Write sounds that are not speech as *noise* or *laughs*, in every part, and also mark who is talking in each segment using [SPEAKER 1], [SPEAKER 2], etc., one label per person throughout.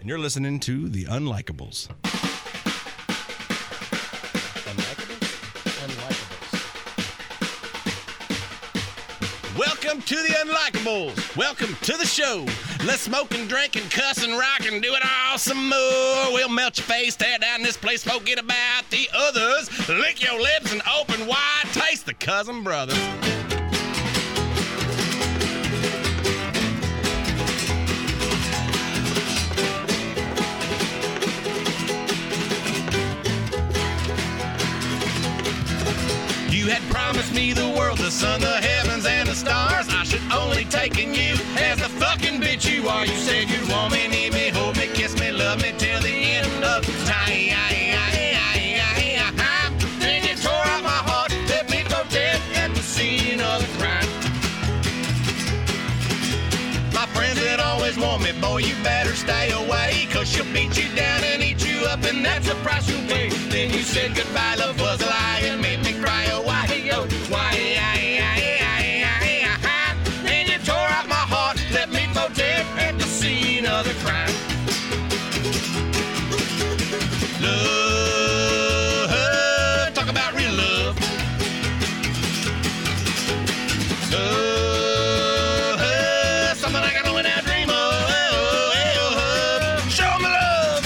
[SPEAKER 1] and you're listening to The Unlikables. Welcome to The Unlikables. Welcome to the show. Let's smoke and drink and cuss and rock and do it all some more. We'll melt your face, tear down this place, forget about the others. Lick your lips and open wide, taste the cousin brothers. You had promised me the world, the sun, the heavens, and the stars. I should only taken you as the fucking bitch you are. You said you'd want me, need me, hold me, kiss me, love me till the end of time. Then you tore out my heart, left me for dead at the scene of the crime. My friends that always want me, boy, you better stay away. Cause she'll beat you down and eat you up, and that's the price you pay. Then you said goodbye, love was a lie, and made me cry. Oh, why, oh, why, I, I, I, I, I. Then you tore out my heart, left me for dead at the scene of the crime. Love, Uh-huh, talk about real love. Love, something I can only now dream oh, of. oh, Show me love.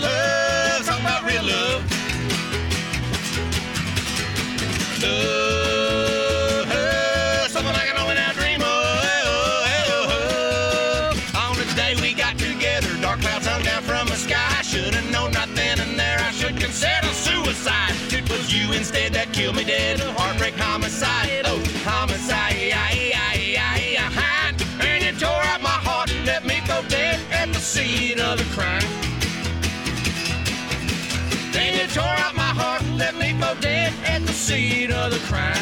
[SPEAKER 1] Love, talk about real love. Love, something I can only now dream of. On the day we got together, dark clouds hung down from the sky. I should have known right then and there I should consider suicide. It was you instead that killed me dead. A heartbreak homicide, oh homicide. And you tore out my heart, let me go dead at the scene of the crime. Then you tore out my heart, let me go dead at the scene of the crime.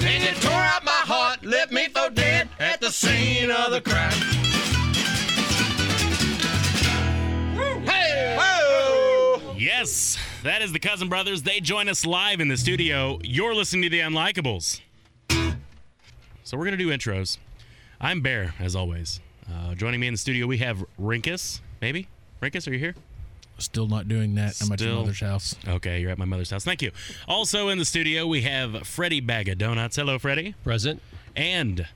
[SPEAKER 1] Then you tore out my heart, left me for dead at the scene of the crime. Hey! Whoa!
[SPEAKER 2] Yes, that is the Cousin Brothers. They join us live in the studio. You're listening to The Unlikables. So we're going to do intros. I'm Bear, as always. Uh, joining me in the studio, we have Rinkus, maybe? Rinkus, are you here?
[SPEAKER 3] Still not doing that. I'm at your
[SPEAKER 2] Still.
[SPEAKER 3] mother's house.
[SPEAKER 2] Okay, you're at my mother's house. Thank you. Also in the studio, we have Freddie Bag of Donuts. Hello, Freddie.
[SPEAKER 4] Present.
[SPEAKER 2] And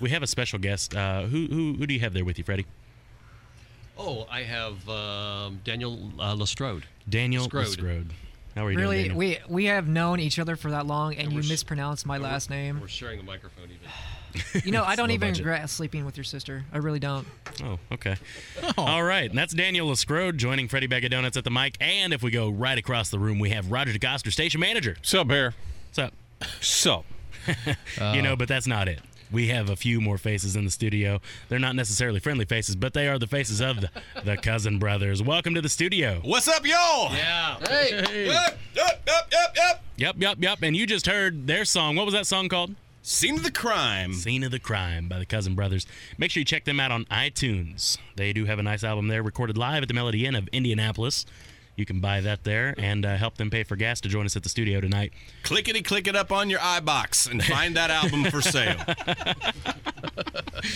[SPEAKER 2] we have a special guest. Uh, who, who, who do you have there with you, Freddie?
[SPEAKER 4] Oh, I have um, Daniel uh, Lestrode.
[SPEAKER 2] Daniel
[SPEAKER 4] Scrode.
[SPEAKER 2] Scrode. How are you
[SPEAKER 5] Really,
[SPEAKER 2] doing, Daniel?
[SPEAKER 5] we we have known each other for that long, and you
[SPEAKER 4] we're sh-
[SPEAKER 5] mispronounce my last name.
[SPEAKER 4] We're sharing a microphone even.
[SPEAKER 5] *laughs* You know, I don't
[SPEAKER 4] low
[SPEAKER 5] even
[SPEAKER 4] budget.
[SPEAKER 5] regret sleeping with your sister. I really don't.
[SPEAKER 2] Oh, okay. All right. And that's Daniel Lescrode joining Freddie Bag of Donuts at the mic. And if we go right across the room, we have Roger DeCoster, station manager.
[SPEAKER 6] Sup, Bear?
[SPEAKER 2] What's up?
[SPEAKER 6] Sup?
[SPEAKER 2] *laughs* you know, but that's not it. We have a few more faces in the studio. They're not necessarily friendly faces, but they are the faces of the, the cousin brothers. Welcome to the studio.
[SPEAKER 1] What's up, y'all?
[SPEAKER 4] Yeah.
[SPEAKER 1] Yep, yep, yep, yep, yep.
[SPEAKER 2] Yep, yep, yep. And you just heard their song. What was that song called?
[SPEAKER 1] Scene of the crime.
[SPEAKER 2] Scene of the Crime by the Cousin Brothers. Make sure you check them out on iTunes. They do have a nice album there, recorded live at the Melody Inn of Indianapolis. You can buy that there and uh, help them pay for gas to join us at the studio tonight.
[SPEAKER 1] Clickety click it up on your iBox and find that album for sale.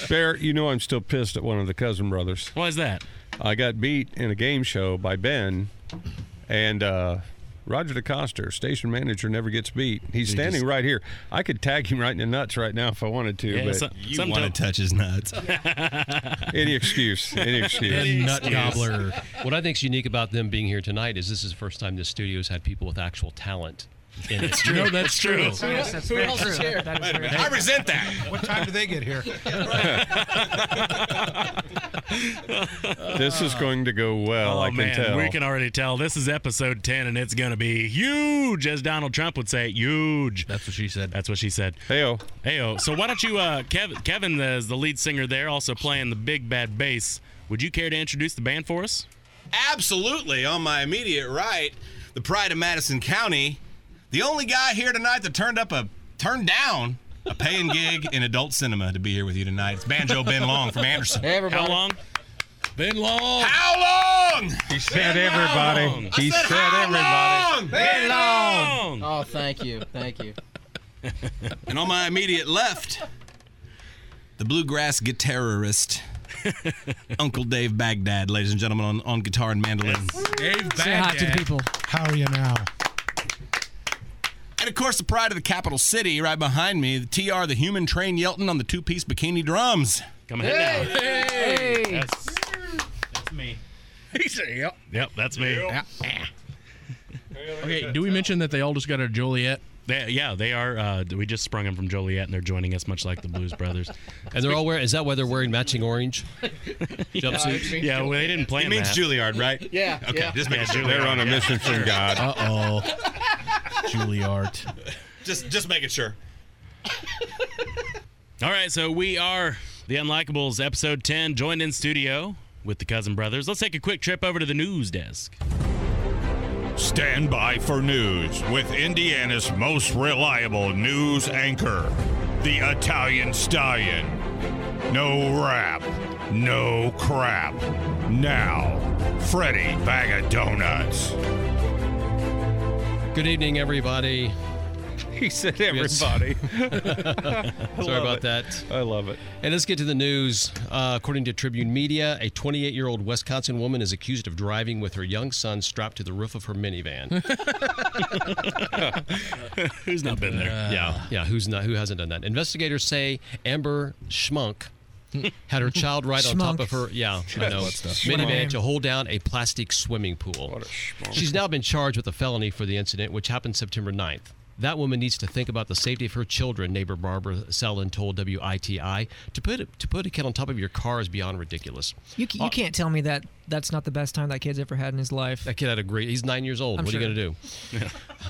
[SPEAKER 6] Bear, you know I'm still pissed at one of the cousin brothers.
[SPEAKER 2] Why is that?
[SPEAKER 6] I got beat in a game show by Ben, and uh, Roger DeCoster, station manager, never gets beat. He's standing right here. I could tag him right in the nuts right now if I wanted to, but
[SPEAKER 2] so-
[SPEAKER 1] You
[SPEAKER 2] sometime-
[SPEAKER 1] want
[SPEAKER 2] *laughs*
[SPEAKER 1] to touch his nuts.
[SPEAKER 6] any excuse, any excuse.
[SPEAKER 3] The nut gobbler.
[SPEAKER 4] What I think's unique about them being here tonight is this is the first time this studio's had people with actual talent. In it.
[SPEAKER 3] You know that's true.
[SPEAKER 5] Yes, that's very true. That is very
[SPEAKER 1] I resent that.
[SPEAKER 7] What time do they get *laughs* here?
[SPEAKER 6] *laughs* this is going to go well.
[SPEAKER 2] Oh
[SPEAKER 6] I can
[SPEAKER 2] man,
[SPEAKER 6] tell.
[SPEAKER 2] we can already tell this is episode ten, and it's gonna be huge, as Donald Trump would say, huge.
[SPEAKER 3] That's what she said.
[SPEAKER 2] That's what she said.
[SPEAKER 6] Heyo.
[SPEAKER 2] Heyo. So why don't you, uh, Kev- Kevin, uh, is the lead singer there, also playing the big bad bass. Would you care to introduce the band for us?
[SPEAKER 1] Absolutely. On my immediate right, the pride of Madison County, the only guy here tonight that turned up a turned down a paying gig in adult cinema to be here with you tonight. It's Banjo Ben Long from Anderson.
[SPEAKER 8] Hey, everybody.
[SPEAKER 2] How long?
[SPEAKER 3] Been long.
[SPEAKER 1] How long?
[SPEAKER 7] He said everybody.
[SPEAKER 2] long?
[SPEAKER 7] He
[SPEAKER 1] I said,
[SPEAKER 7] said
[SPEAKER 1] how
[SPEAKER 7] everybody.
[SPEAKER 1] long?
[SPEAKER 8] Been long.
[SPEAKER 2] Long.
[SPEAKER 8] Oh, thank you. Thank you.
[SPEAKER 1] And on my immediate left, the
[SPEAKER 7] *laughs*
[SPEAKER 1] bluegrass guitarist, Uncle Dave Baghdad, ladies and gentlemen, on, on guitar and mandolin.
[SPEAKER 3] Dave
[SPEAKER 5] Say hi to the
[SPEAKER 3] Baghdad.
[SPEAKER 5] people.
[SPEAKER 9] How are you now?
[SPEAKER 1] And of course, the pride of the capital city right behind me, the TR, the human train Yelton on the two piece bikini drums.
[SPEAKER 2] Come ahead now.
[SPEAKER 5] Hey.
[SPEAKER 2] That's,
[SPEAKER 3] That's me.
[SPEAKER 2] yep, that's me.
[SPEAKER 3] Okay, do we mention that they all just got a Joliet?
[SPEAKER 2] They, yeah, they are. Uh, we just sprung them from Joliet, and they're joining us, much like the Blues
[SPEAKER 3] *laughs*
[SPEAKER 2] Brothers.
[SPEAKER 4] And they're all wearing, is that why they're wearing matching
[SPEAKER 2] *laughs*
[SPEAKER 4] orange jumpsuits?
[SPEAKER 2] Yeah, well, they didn't plan
[SPEAKER 1] It means
[SPEAKER 2] that.
[SPEAKER 1] Juilliard, right?
[SPEAKER 8] Yeah.
[SPEAKER 1] Okay,
[SPEAKER 8] Yeah.
[SPEAKER 1] just making
[SPEAKER 2] Yeah,
[SPEAKER 1] sure.
[SPEAKER 2] Juilliard.
[SPEAKER 7] They're on a mission from God.
[SPEAKER 3] Uh oh. Juilliard.
[SPEAKER 1] Just, just making sure.
[SPEAKER 2] All right, so we are the Unlikables, episode ten, joined in studio with the Cousin Brothers. Let's take a quick trip over to the news desk.
[SPEAKER 6] Stand by for news with Indiana's most reliable news anchor, the Italian Stallion. No rap, no crap. Now, Freddie Bag of Donuts.
[SPEAKER 4] Good evening, everybody.
[SPEAKER 7] He said *laughs* everybody.
[SPEAKER 4] Sorry about
[SPEAKER 7] it.
[SPEAKER 4] that.
[SPEAKER 7] I love it.
[SPEAKER 4] And let's get to the news. Uh, according to Tribune Media, a 28 year old Wisconsin woman is accused of driving with her young son strapped to the roof of her minivan.
[SPEAKER 2] *laughs* Who's not been there?
[SPEAKER 4] yeah, yeah. Who's not? Who hasn't done that? Investigators say Amber Schmunk had her child right on top
[SPEAKER 5] Schmunk.
[SPEAKER 4] of her. Yeah, I know.
[SPEAKER 5] What a
[SPEAKER 4] Minivan
[SPEAKER 5] name.
[SPEAKER 4] to hold down a plastic swimming pool. She's now been charged with a felony for the incident, which happened September 9th. That woman needs to think about the safety of her children, neighbor Barbara Sellin told WITI. To put, a, to put a kid on top of your car is beyond ridiculous.
[SPEAKER 5] You, ca- you can't tell me that that's not the best time that kid's ever had in his life.
[SPEAKER 4] That kid had a great. He's nine years old.
[SPEAKER 5] I'm
[SPEAKER 4] what are you
[SPEAKER 5] sure.
[SPEAKER 4] going to do?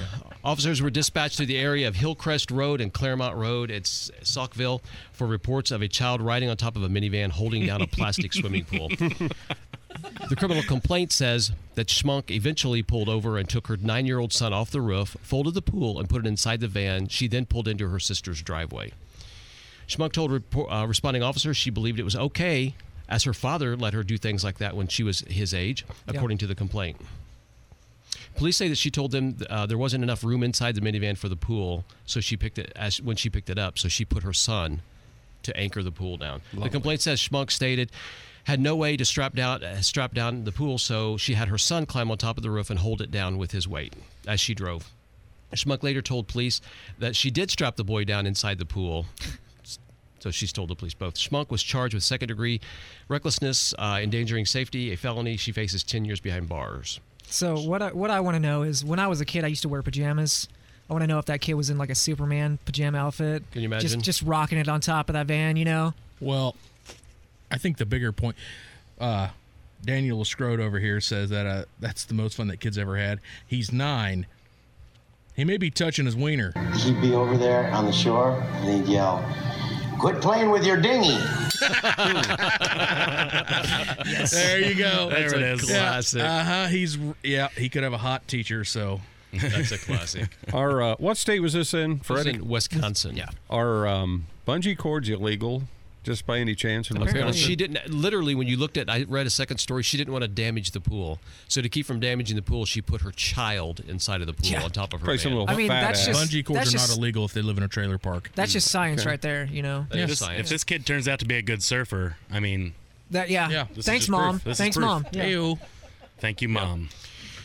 [SPEAKER 4] *laughs* Officers were dispatched to the area of Hillcrest Road and Claremont Road at S- Saukville for reports of a child riding on top of a minivan holding down
[SPEAKER 5] *laughs*
[SPEAKER 4] a plastic swimming pool. The criminal complaint says that Schmunk eventually pulled over and took her nine year old son off the roof, folded the pool, and put it inside the van. She then pulled into her sister's driveway. Schmuck told report, uh, responding officers she believed it was okay, as her father let her do things like that when she was his age, according to the complaint. Police say that she told them uh, there wasn't enough room inside the minivan for the pool, so she picked it as when she picked it up, so she put her son to anchor the pool down. The complaint says Schmuck stated had no way to strap down uh, strap down the pool, so she had her son climb on top of the roof and hold it down with his weight as she drove. Schmuck later told police that she did strap the boy down inside the pool. So she's told the police both. Schmunk was charged with second degree recklessness, uh, endangering safety, a felony. She faces 10 years behind bars.
[SPEAKER 5] So what I, what I want to know is when I was a kid, I used to wear pajamas. I want to know if that kid was in like a Superman pajama outfit.
[SPEAKER 4] Can you imagine?
[SPEAKER 5] Just just rocking it on top of that van, you know?
[SPEAKER 3] Well, I think the bigger point, uh, Daniel Scrode over here says that uh, that's the most fun that kid's ever had. He's nine. He may be touching his wiener.
[SPEAKER 10] He'd be over there on the shore and he'd yell, Quit playing with your
[SPEAKER 3] *laughs*
[SPEAKER 10] dinghy.
[SPEAKER 3] There you go.
[SPEAKER 2] There it is.
[SPEAKER 4] Classic.
[SPEAKER 3] Uh huh. He's yeah. He could have a hot teacher. So
[SPEAKER 4] That's
[SPEAKER 3] *laughs*
[SPEAKER 4] a classic.
[SPEAKER 7] Our uh, what state was this in?
[SPEAKER 4] It's
[SPEAKER 7] Freddie.
[SPEAKER 4] in Wisconsin. Yeah.
[SPEAKER 7] Are um, bungee cords illegal? Just by any chance? In
[SPEAKER 4] Apparently,
[SPEAKER 7] Wisconsin?
[SPEAKER 4] she didn't. Literally, when you looked at, I read a second story. She didn't want to damage the pool, so to keep from damaging the pool, she put her child inside of the pool
[SPEAKER 5] Yeah.
[SPEAKER 4] on top of her.
[SPEAKER 7] Probably some
[SPEAKER 4] van.
[SPEAKER 7] little
[SPEAKER 5] I mean,
[SPEAKER 7] fat
[SPEAKER 5] that's
[SPEAKER 7] ass.
[SPEAKER 5] just-
[SPEAKER 3] bungee cords
[SPEAKER 5] that's
[SPEAKER 3] are
[SPEAKER 5] just-
[SPEAKER 3] not illegal if they live in a trailer park.
[SPEAKER 5] That's just science right there, you know?
[SPEAKER 4] That is
[SPEAKER 2] This-
[SPEAKER 4] science.
[SPEAKER 2] if this kid turns out to be a good surfer, I mean,
[SPEAKER 5] That yeah.
[SPEAKER 3] Yeah. This
[SPEAKER 2] is
[SPEAKER 5] Thanks,
[SPEAKER 2] just
[SPEAKER 5] mom.
[SPEAKER 2] proof. This is
[SPEAKER 5] Thanks,
[SPEAKER 2] proof.
[SPEAKER 5] mom. Yeah.
[SPEAKER 3] Ew.
[SPEAKER 2] thank you, mom.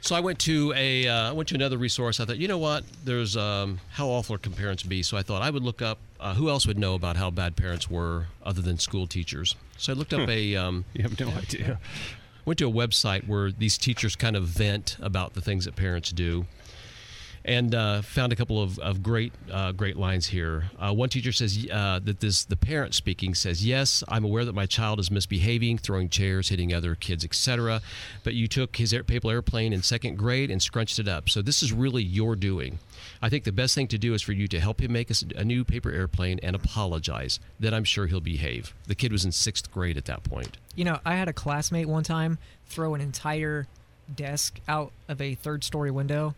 [SPEAKER 4] So I went to a uh, I went to another resource. I thought, you know what? There's um, how awful can parents be? So I thought I would look up uh, who else would know about how bad parents were other than school teachers. So I looked up a um, *laughs*
[SPEAKER 7] You have no idea.
[SPEAKER 4] went to a website where these teachers kind of vent about the things that parents do. and uh, found a couple of, of great uh, great lines here. Uh, one teacher says uh, that this the parent speaking says, "Yes, I'm aware that my child is misbehaving, throwing chairs, hitting other kids, etc. But you took his air, paper airplane in second grade and scrunched it up. So this is really your doing. I think the best thing to do is for you to help him make us a new paper airplane and apologize. Then I'm sure he'll behave. The kid was in sixth grade at that point.
[SPEAKER 5] You know, I had a classmate one time throw an entire desk out of a third story window.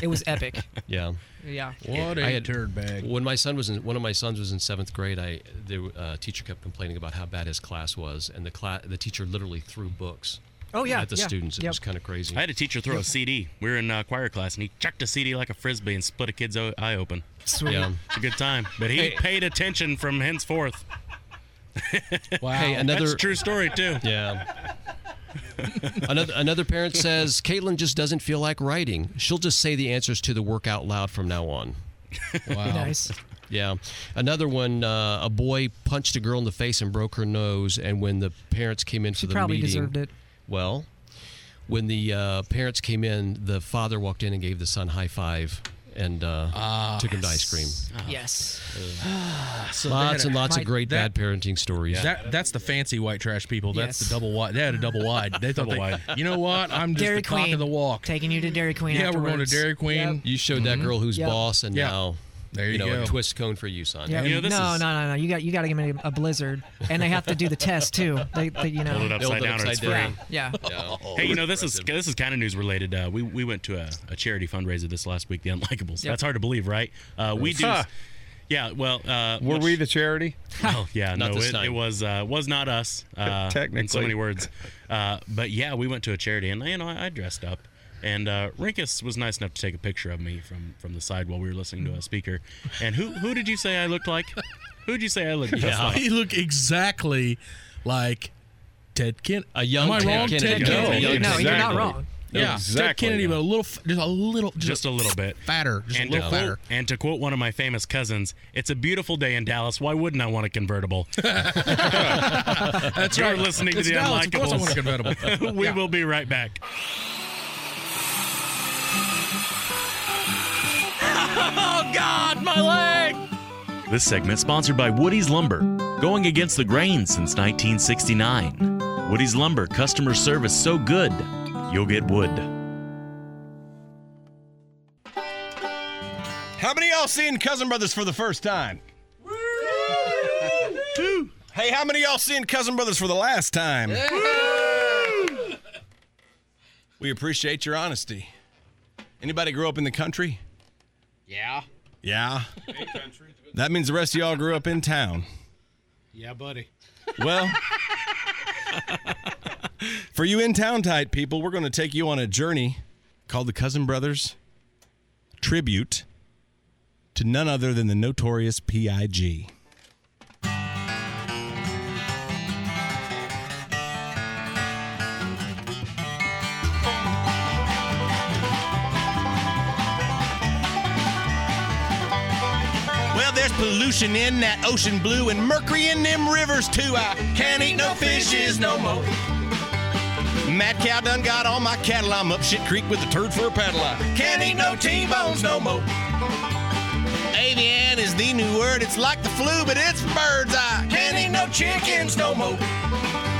[SPEAKER 5] It was epic.
[SPEAKER 2] *laughs*
[SPEAKER 4] Yeah.
[SPEAKER 5] Yeah.
[SPEAKER 3] What a turd bag.
[SPEAKER 4] When my son was in, one of my sons was in seventh grade, I the uh, teacher kept complaining about how bad his class was, and the class the teacher literally threw books.
[SPEAKER 5] Oh, yeah,
[SPEAKER 4] at the
[SPEAKER 5] yeah,
[SPEAKER 4] students. It
[SPEAKER 5] yep.
[SPEAKER 4] was kind of crazy.
[SPEAKER 2] I had a teacher throw a CD. We were in uh, choir class, and he chucked a CD like a frisbee and split a kid's o- eye open.
[SPEAKER 5] Sweet.
[SPEAKER 4] Yeah.
[SPEAKER 2] It's a good time. But he *laughs*
[SPEAKER 4] Hey.
[SPEAKER 2] paid attention from henceforth.
[SPEAKER 3] Wow.
[SPEAKER 4] Hey, another
[SPEAKER 2] That's a true story, too.
[SPEAKER 4] yeah. another another parent says Caitlin just doesn't feel like writing. She'll just say the answers to the work out loud from now
[SPEAKER 5] *laughs*
[SPEAKER 4] on.
[SPEAKER 3] wow.
[SPEAKER 5] Nice.
[SPEAKER 4] Yeah. Another one, uh, a boy punched a girl in the face and broke her nose. And when the parents came in
[SPEAKER 5] She
[SPEAKER 4] for the
[SPEAKER 5] probably
[SPEAKER 4] meeting,
[SPEAKER 5] deserved it.
[SPEAKER 4] Well, when the uh, parents came in, the father walked in and gave the son high five and uh, took him to ice cream.
[SPEAKER 5] Yes.
[SPEAKER 3] *sighs*
[SPEAKER 5] Uh-huh.
[SPEAKER 3] So they had
[SPEAKER 4] Lots
[SPEAKER 3] a-
[SPEAKER 4] and lots
[SPEAKER 5] my-
[SPEAKER 4] of great
[SPEAKER 3] that-
[SPEAKER 4] bad parenting stories.
[SPEAKER 3] That that's the fancy white trash people. That's
[SPEAKER 5] Yes.
[SPEAKER 3] the double wide. They had a double wide. They thought,
[SPEAKER 2] Double
[SPEAKER 3] they,
[SPEAKER 2] wide.
[SPEAKER 3] you know what? I'm just
[SPEAKER 5] Dairy
[SPEAKER 3] the cock
[SPEAKER 5] Queen.
[SPEAKER 3] of the walk.
[SPEAKER 5] Taking you to Dairy Queen.
[SPEAKER 3] yeah, we're going to
[SPEAKER 5] afterwards.
[SPEAKER 3] Dairy Queen. Mm-hmm.
[SPEAKER 4] you showed that girl who's
[SPEAKER 5] Yep.
[SPEAKER 4] boss, and
[SPEAKER 3] Yeah.
[SPEAKER 4] now
[SPEAKER 3] There you
[SPEAKER 4] know
[SPEAKER 3] go.
[SPEAKER 4] a twist cone for you, son.
[SPEAKER 5] Yep.
[SPEAKER 2] You know, this
[SPEAKER 5] no,
[SPEAKER 2] is-
[SPEAKER 5] no, no, no. You got you got to give me a blizzard, and they have to do the test too. They, they you know.
[SPEAKER 2] Hold it upside
[SPEAKER 4] Build it
[SPEAKER 2] down or it's
[SPEAKER 4] upside
[SPEAKER 2] free.
[SPEAKER 5] Yeah,
[SPEAKER 4] down.
[SPEAKER 5] yeah.
[SPEAKER 4] *laughs* Yeah. Oh.
[SPEAKER 2] Hey, you know this is this is kind of news related. Uh, we we went to a, a charity fundraiser this last week, the Unlikables. That's hard to believe, right? Uh, we do.
[SPEAKER 1] Huh.
[SPEAKER 2] Yeah, well, uh,
[SPEAKER 1] Were
[SPEAKER 2] which-
[SPEAKER 1] we the charity?
[SPEAKER 2] Oh yeah,
[SPEAKER 4] Not
[SPEAKER 2] no,
[SPEAKER 4] this
[SPEAKER 2] it,
[SPEAKER 4] time.
[SPEAKER 2] it was uh, was not us. Uh, in so
[SPEAKER 1] Technically.
[SPEAKER 2] many words, uh, but yeah, we went to a charity, and you know, I, I dressed up, and uh, Rinkus was nice enough to take a picture of me from from the side while we were listening to a speaker. And who who did you say I looked like? Who would you say I
[SPEAKER 3] *laughs*
[SPEAKER 2] *laughs*
[SPEAKER 4] *laughs*
[SPEAKER 2] looked
[SPEAKER 4] Yeah.
[SPEAKER 2] like?
[SPEAKER 3] He looked exactly like Ted Kennedy.
[SPEAKER 4] A young
[SPEAKER 3] Am I
[SPEAKER 4] Ted
[SPEAKER 3] wrong?
[SPEAKER 4] Kennedy.
[SPEAKER 3] Ted
[SPEAKER 5] No,
[SPEAKER 3] Kennedy.
[SPEAKER 1] Yeah,
[SPEAKER 5] you're not
[SPEAKER 1] exactly.
[SPEAKER 5] wrong.
[SPEAKER 3] Yeah, Ted
[SPEAKER 1] Exactly.
[SPEAKER 3] Kennedy, but a little, f- just a little, just,
[SPEAKER 2] Just a little
[SPEAKER 3] *laughs*
[SPEAKER 2] bit.
[SPEAKER 3] fatter, just
[SPEAKER 2] and
[SPEAKER 3] a
[SPEAKER 2] to,
[SPEAKER 3] little fatter.
[SPEAKER 2] quote, and to quote one of my famous cousins, it's a beautiful day in Dallas. Why wouldn't I want
[SPEAKER 3] *laughs*
[SPEAKER 2] a convertible? That's You're listening to
[SPEAKER 3] It's
[SPEAKER 2] the
[SPEAKER 3] Dallas, of course I want a
[SPEAKER 2] Unlikables.
[SPEAKER 3] convertible.
[SPEAKER 2] *laughs* we will be right back.
[SPEAKER 4] Oh God, my leg!
[SPEAKER 2] This segment sponsored by Woody's Lumber, going against the grain since 1969. Woody's Lumber customer service so good, you'll get wood.
[SPEAKER 1] How many y'all seen Cousin Brothers for the first time? hey, how many y'all seen Cousin Brothers for the last time? we appreciate your honesty. Anybody grew up in the country?
[SPEAKER 11] Yeah.
[SPEAKER 1] Yeah. That means the rest of y'all grew up in town.
[SPEAKER 11] Yeah, buddy.
[SPEAKER 1] Well, *laughs* for you in town type people, we're going to take you on a journey called the Cousin Brothers Tribute to none other than the notorious P.I.G. Well, there's pollution in that ocean blue and mercury in them rivers too. I can't eat no fishes no more. Mad cow done got all my cattle. I'm up shit creek with a turd for a paddle. I can't eat no T-bones no more. Avian is the new word. It's like the flu, but it's for birds. I can't eat no chickens no more.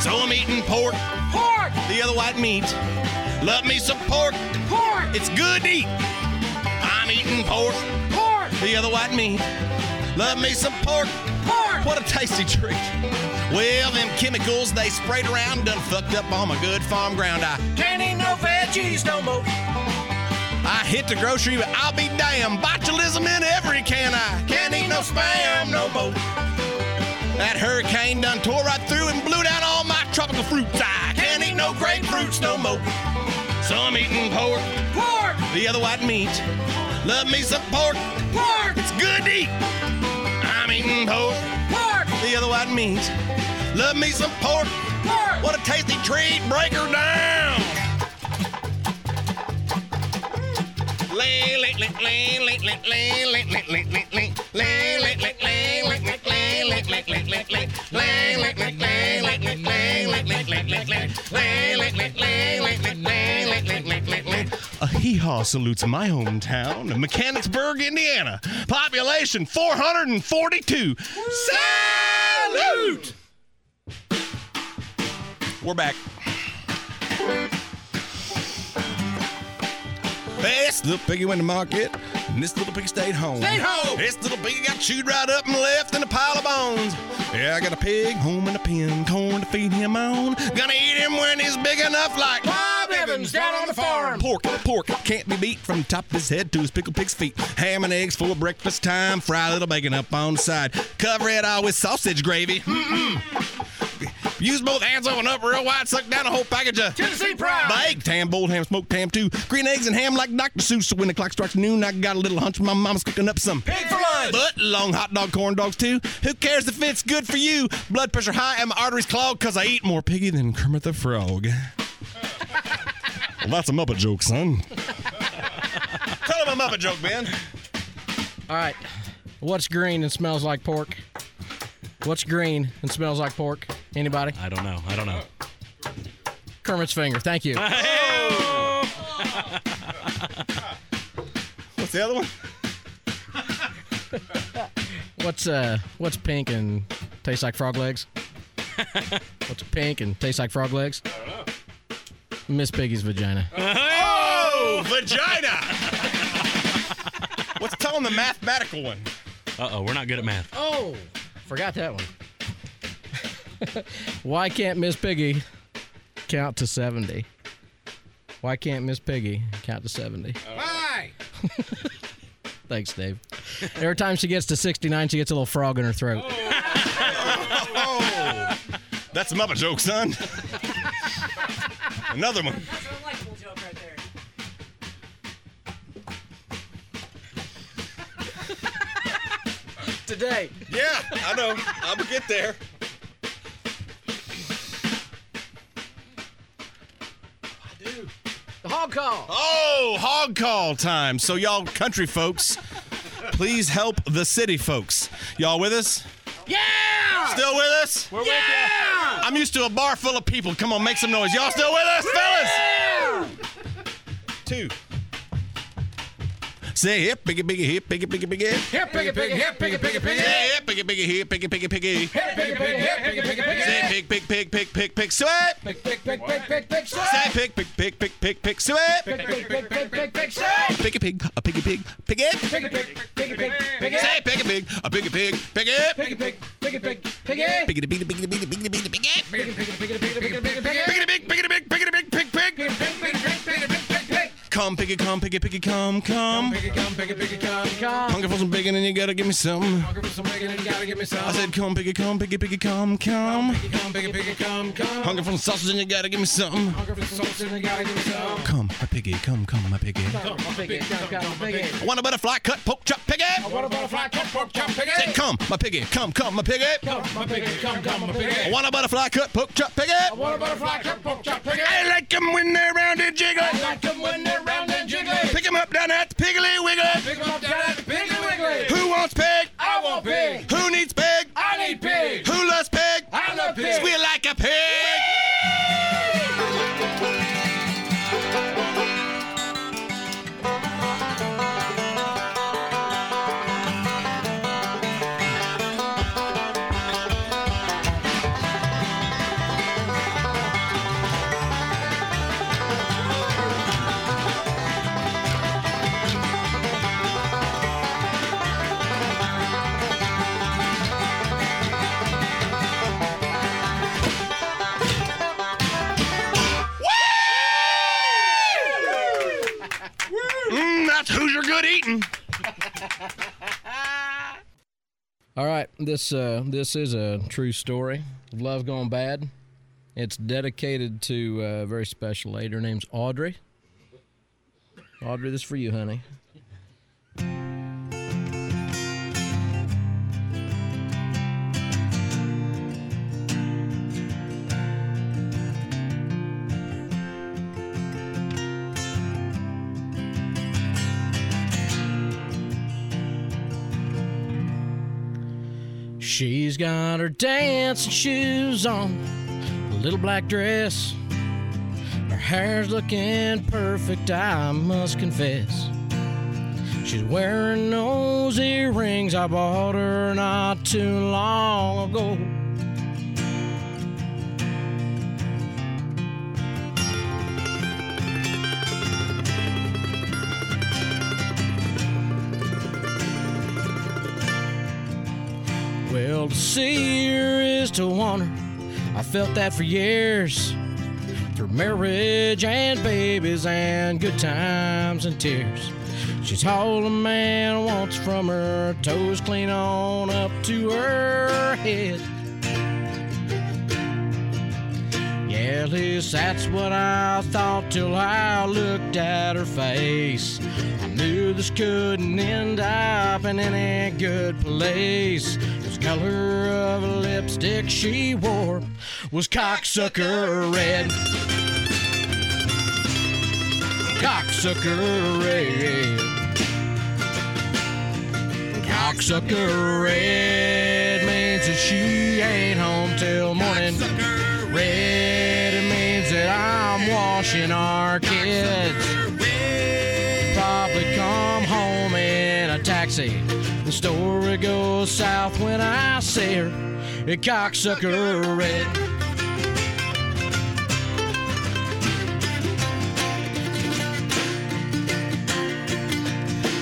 [SPEAKER 1] So I'm eating pork. Pork. The other white meat. Love me some pork. Pork. It's good to eat. I'm eating pork. Pork. The other white meat. Love me some pork. Pork. What a tasty treat. Well, them chemicals they sprayed around done fucked up all my good farm ground. I can't eat no veggies no more. I hit the grocery, but I'll be damned. Botulism in every can. I can't eat no spam no more. That hurricane done tore right through and blew down all my tropical fruits. I can't eat no grapefruits no more. So I'm eating pork. Pork. The other white meat. Love me some pork. Pork. It's good to eat. I'm eating pork. Pork. The other white meat. Love me some pork. Pork. What a tasty treat. Break her down. Lay, lay, lay, lay, lay, lay, lay, lay, lay, lay, lay, lay. Lay, lay, lay, lay, lay, lay, lay, lay, lay, lay, lay, lay. Lay, lay, lay, lay, lay, lay, lay, lay, lay, lay, lay, lay. Lay, lay, lay, lay, lay, lay, lay, lay, lay, lay, lay. A hee haw. Grandpa salutes my hometown of Mechanicsburg, Indiana. Population 442. Salute! We're back. This little piggy went to market, and this little piggy stayed home.
[SPEAKER 7] Stayed home!
[SPEAKER 1] This little piggy got chewed right up and left in a pile of bones. Yeah, I got a pig home in a pen, corn to feed him on. Gonna eat him when he's big enough, like Bob Evans down on the farm. Pork, pork can't be beat from the top of his head to his pickled pig's feet. Ham and eggs for breakfast time. Fry a little bacon up on the side. Cover it all with sausage gravy. Mm-mm. Use both hands, open up real wide, suck down a whole package of Tennessee Pride. Baked ham, boiled ham, smoked ham too. Green eggs and ham like Dr. Seuss. So when the clock strikes noon, I got a little hunch my mama's cooking up some pig for lunch. But long hot dog, corn dogs too. Who cares if it's good for you? Blood pressure high and my arteries clogged because I eat more piggy than Kermit the Frog. well, that's a Muppet joke, son. Tell him a Muppet joke, man.
[SPEAKER 8] All right. What's green and smells like pork? What's green and smells like pork? Anybody?
[SPEAKER 2] I don't know. I don't know.
[SPEAKER 8] Kermit's finger. Thank you.
[SPEAKER 1] *laughs* What's the other one?
[SPEAKER 8] What's uh what's pink and tastes like frog
[SPEAKER 2] *laughs*
[SPEAKER 8] legs? what's pink and tastes like frog legs? Miss Piggy's vagina.
[SPEAKER 1] Oh, vagina. What's telling the mathematical one?
[SPEAKER 2] Uh oh, we're not good at math.
[SPEAKER 8] Oh, forgot that one. Why can't Miss Piggy count to 70? Why can't Miss Piggy count to 70?
[SPEAKER 11] Why?
[SPEAKER 8] Thanks,
[SPEAKER 1] *laughs*
[SPEAKER 8] Dave. Every time she gets to 69, she gets a little frog in her throat.
[SPEAKER 1] Oh, *laughs* that's a Muppet joke, son. *laughs* Another one.
[SPEAKER 8] Today.
[SPEAKER 1] Yeah, I know. I'm gonna get there.
[SPEAKER 8] The hog call.
[SPEAKER 1] Oh, hog call time. So y'all country folks, please help the city folks. Y'all with us?
[SPEAKER 7] Yeah!
[SPEAKER 1] Still with us? We're with you. I'm used to a bar full of people. Come on, make some noise. Y'all still with us, fellas? Two. Say hip, piggy, piggy, hip, piggy, piggy, piggy.
[SPEAKER 7] Hip, piggy, piggy, hip, piggy, piggy, piggy.
[SPEAKER 1] Say hip, piggy, piggy, hip, piggy, piggy, piggy.
[SPEAKER 7] Hip, piggy, piggy, hip, piggy, piggy,
[SPEAKER 1] Say
[SPEAKER 7] piggy.
[SPEAKER 1] pig, pig, pig, pig, pig, pig, sweat.
[SPEAKER 7] Pick, pick, pick, pick, pick, pick,
[SPEAKER 1] Say pig, pig, pig, pig, pig, pig, sweat.
[SPEAKER 7] Pick, pick, pick, pick, pick, pick, say.
[SPEAKER 1] Piggy, pig, a piggy, pig, piggy.
[SPEAKER 7] Piggy, pig, piggy, pig, piggy.
[SPEAKER 1] Say piggy, pig, a piggy, pig, piggy.
[SPEAKER 7] Piggy, pig, piggy, pig, piggy.
[SPEAKER 1] Biggity, biggity, biggity, biggity, biggity, biggity, biggity.
[SPEAKER 7] Piggy, piggy, piggy, piggy, piggy, piggy, piggy.
[SPEAKER 1] Biggity, big, biggity, big, biggity, big, pig, pig.
[SPEAKER 7] Piggy, pig, pig, pig, piggy, pig, pig, pig.
[SPEAKER 1] Come, piggy, come, piggy, piggy, come, come.
[SPEAKER 7] Piggy, come, piggy, piggy, come, come.
[SPEAKER 1] Hunger for some bacon and you gotta give me some.
[SPEAKER 7] Hunger for some bacon and you gotta give me some.
[SPEAKER 1] I said, come, piggy, come, piggy, piggy, come, come.
[SPEAKER 7] Piggy, come, piggy, piggy, come, come.
[SPEAKER 1] Hunger for some sausage and you gotta give me some.
[SPEAKER 7] Hunger for some sausage and you gotta give me some.
[SPEAKER 1] Come, my piggy, come, come, my piggy.
[SPEAKER 7] Come, come, piggy, come, come, piggy.
[SPEAKER 1] I want a butterfly cut pork chop piggy.
[SPEAKER 7] I want a butterfly, come, pork chop, piggy.
[SPEAKER 1] Say, come, my piggy, come, come, my piggy.
[SPEAKER 7] Come, my piggy, come, come, my piggy.
[SPEAKER 1] I want a butterfly cut pork chop piggy.
[SPEAKER 7] I want a butterfly, come, pork chop, piggy.
[SPEAKER 1] I like 'em when they're round and
[SPEAKER 7] I
[SPEAKER 1] jiggly.
[SPEAKER 7] like 'em when they're round and jiggly.
[SPEAKER 1] Pick 'em up down at the Piggly Wiggly.
[SPEAKER 7] Pick 'em up down at the Piggly Wiggly.
[SPEAKER 1] Who wants pig?
[SPEAKER 7] I want pig.
[SPEAKER 1] Who needs pig?
[SPEAKER 7] I need pig.
[SPEAKER 1] Who loves pig?
[SPEAKER 7] I love pig.
[SPEAKER 1] Squeal like a pig. Mm, that's Hoosier good eating.
[SPEAKER 8] All right, this uh, this is a true story. of Love gone bad. It's dedicated to uh, a very special lady. Her name's Audrey. Audrey, this is for you, honey. She's got her dancing shoes on, a little black dress, Her hair's looking perfect, I must confess. She's wearing those earrings I bought her not too long ago. Well, to see her is to want her. I felt that for years through marriage and babies and good times and tears. She's all a man wants from her toes clean on up to her head. Yeah, at least that's what I thought till I looked at her face. I knew this couldn't end up in any good place. This color of lipstick she wore was cocksucker red. Cocksucker red. Cocksucker red means that she ain't home till morning. Red it means that I'm washing our kids. Probably come home in a taxi. The story goes south when I see her. A cocksucker red.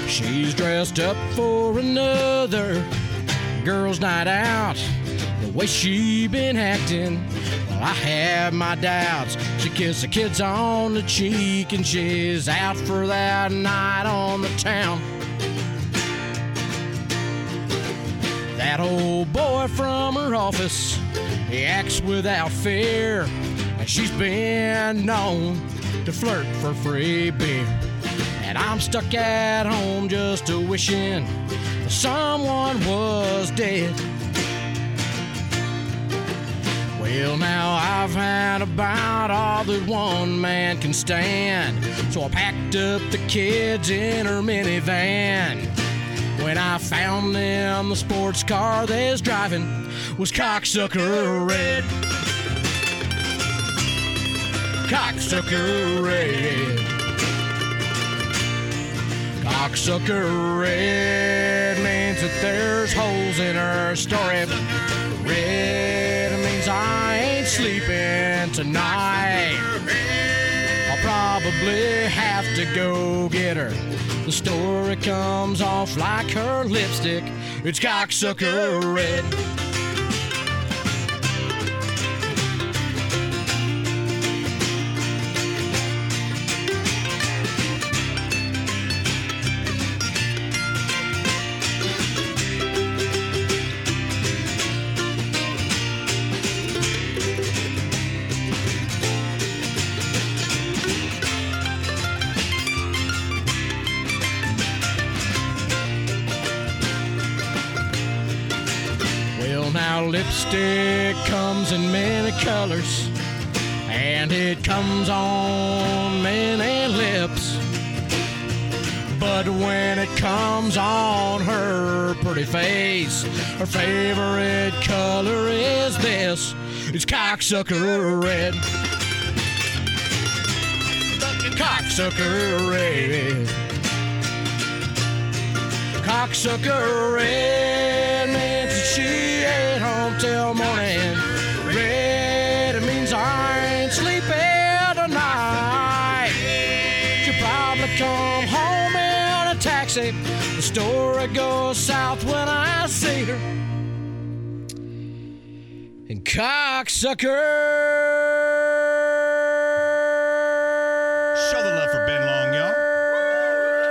[SPEAKER 8] She's dressed up for another girls' night out. The way she been acting, well, I have my doubts. She kissed the kids on the cheek and she's out for that night on the town. That old boy from her office, he acts without fear, and she's been known to flirt for free beer. And I'm stuck at home just a wishing that someone was dead. Well, now I've had about all that one man can stand. So I packed up the kids in her minivan. When I found them, the sports car they was driving was cocksucker red. Cocksucker red. Cocksucker red means that there's holes in her story. Red means I ain't sleeping tonight. I'll probably have to go get her. The story comes off like her lipstick. It's cocksucker red. Well, now lipstick comes in many colors, and it comes on many lips. But when it comes on her pretty face, her favorite color is this it's cocksucker red. Cocksucker red. Cocksucker red means that she ain't home till morning. Red it means I ain't sleeping tonight. She'll probably come home in a taxi. The story goes south when I see her. And cocksucker.
[SPEAKER 12] Show the love for Ben Long, y'all.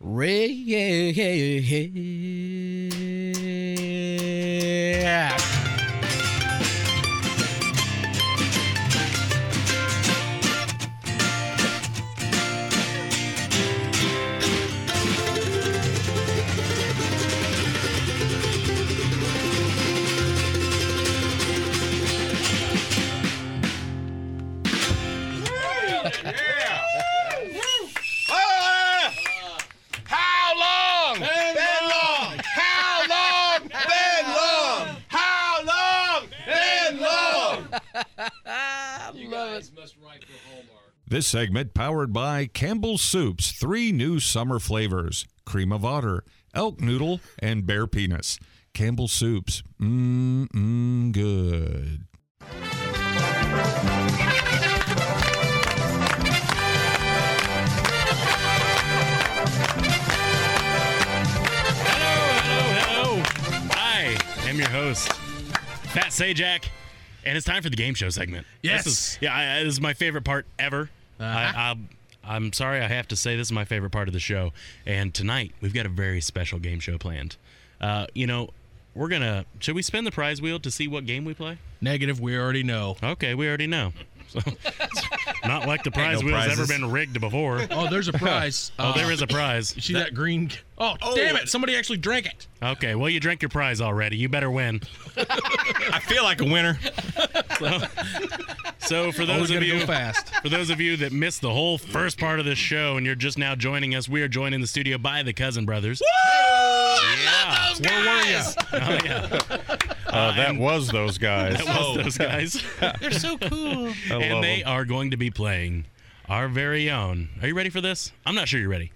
[SPEAKER 8] Ray, yeah, yeah, yeah.
[SPEAKER 1] How long? Ben Long.
[SPEAKER 13] This segment powered by Campbell Soup's three new summer flavors cream of otter, elk noodle, and bear penis. Campbell Soup's. Mmm, mmm, good.
[SPEAKER 2] Hello, hello, hello. I am your host, Fat Sajak, and it's time for the game show segment.
[SPEAKER 3] Yes. Uh-huh.
[SPEAKER 2] This is, yeah, I, I- this is my favorite part ever. I, I, I'm sorry I have to say this is my favorite part of the show. And tonight, we've got a very special game show planned. Uh, you know, we're going to. Should we spin the prize wheel to see what game we play?
[SPEAKER 3] Negative. We already know.
[SPEAKER 2] Okay, we already know. So, *laughs* not like the prize
[SPEAKER 3] no
[SPEAKER 2] wheel's
[SPEAKER 3] prizes.
[SPEAKER 2] ever been rigged before.
[SPEAKER 3] Oh, there's a prize.
[SPEAKER 2] *laughs*
[SPEAKER 3] Uh,
[SPEAKER 2] oh, there is a
[SPEAKER 3] *laughs*
[SPEAKER 2] prize.
[SPEAKER 3] You see that, green? Oh, damn it! Somebody actually drank it.
[SPEAKER 2] Okay, well, you drank your prize already. You better win. I feel like a winner.
[SPEAKER 7] *laughs*
[SPEAKER 2] So, so for
[SPEAKER 3] Always
[SPEAKER 2] those of
[SPEAKER 3] gotta go
[SPEAKER 2] you
[SPEAKER 3] fast.
[SPEAKER 2] for those of you that missed the whole first part of this show and you're just now joining us, we are joined in the studio by the Cousin Brothers.
[SPEAKER 7] I
[SPEAKER 2] love those Where were
[SPEAKER 7] guys.
[SPEAKER 2] Oh, yeah.
[SPEAKER 6] Uh, that was those guys.
[SPEAKER 2] *laughs*
[SPEAKER 6] Oh.
[SPEAKER 2] That was those
[SPEAKER 6] *laughs*
[SPEAKER 2] guys.
[SPEAKER 7] They're so cool.
[SPEAKER 6] I love
[SPEAKER 2] and they
[SPEAKER 6] 'em.
[SPEAKER 2] are going to be playing our very own. Are you ready for this? I'm not sure you're ready.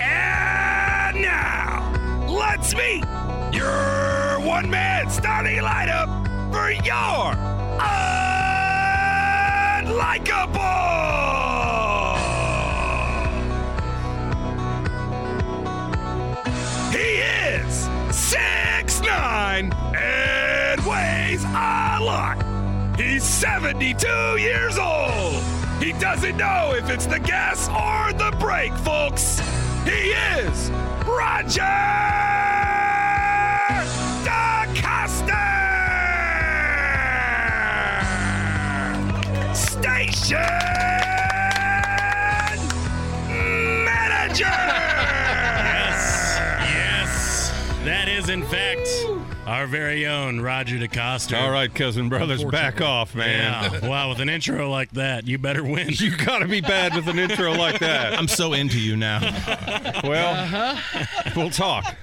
[SPEAKER 7] And now, let's meet your one man starting lineup for your Unlikable! He is 6'9 and weighs a lot. He's 72 years old. He doesn't know if it's the gas or the brake, folks. He is Roger DaCosta! Station Manager!
[SPEAKER 2] Yes, yes.
[SPEAKER 7] *laughs*
[SPEAKER 2] That is, in fact, our very own Roger DeCosta.
[SPEAKER 6] All right, cousin brothers, back off, man.
[SPEAKER 2] Yeah. Wow, with an intro like that, you
[SPEAKER 6] *laughs*
[SPEAKER 2] better win. You
[SPEAKER 6] got to be bad with an intro like that.
[SPEAKER 2] I'm
[SPEAKER 6] so into Uh-huh. you now. Well, we'll talk.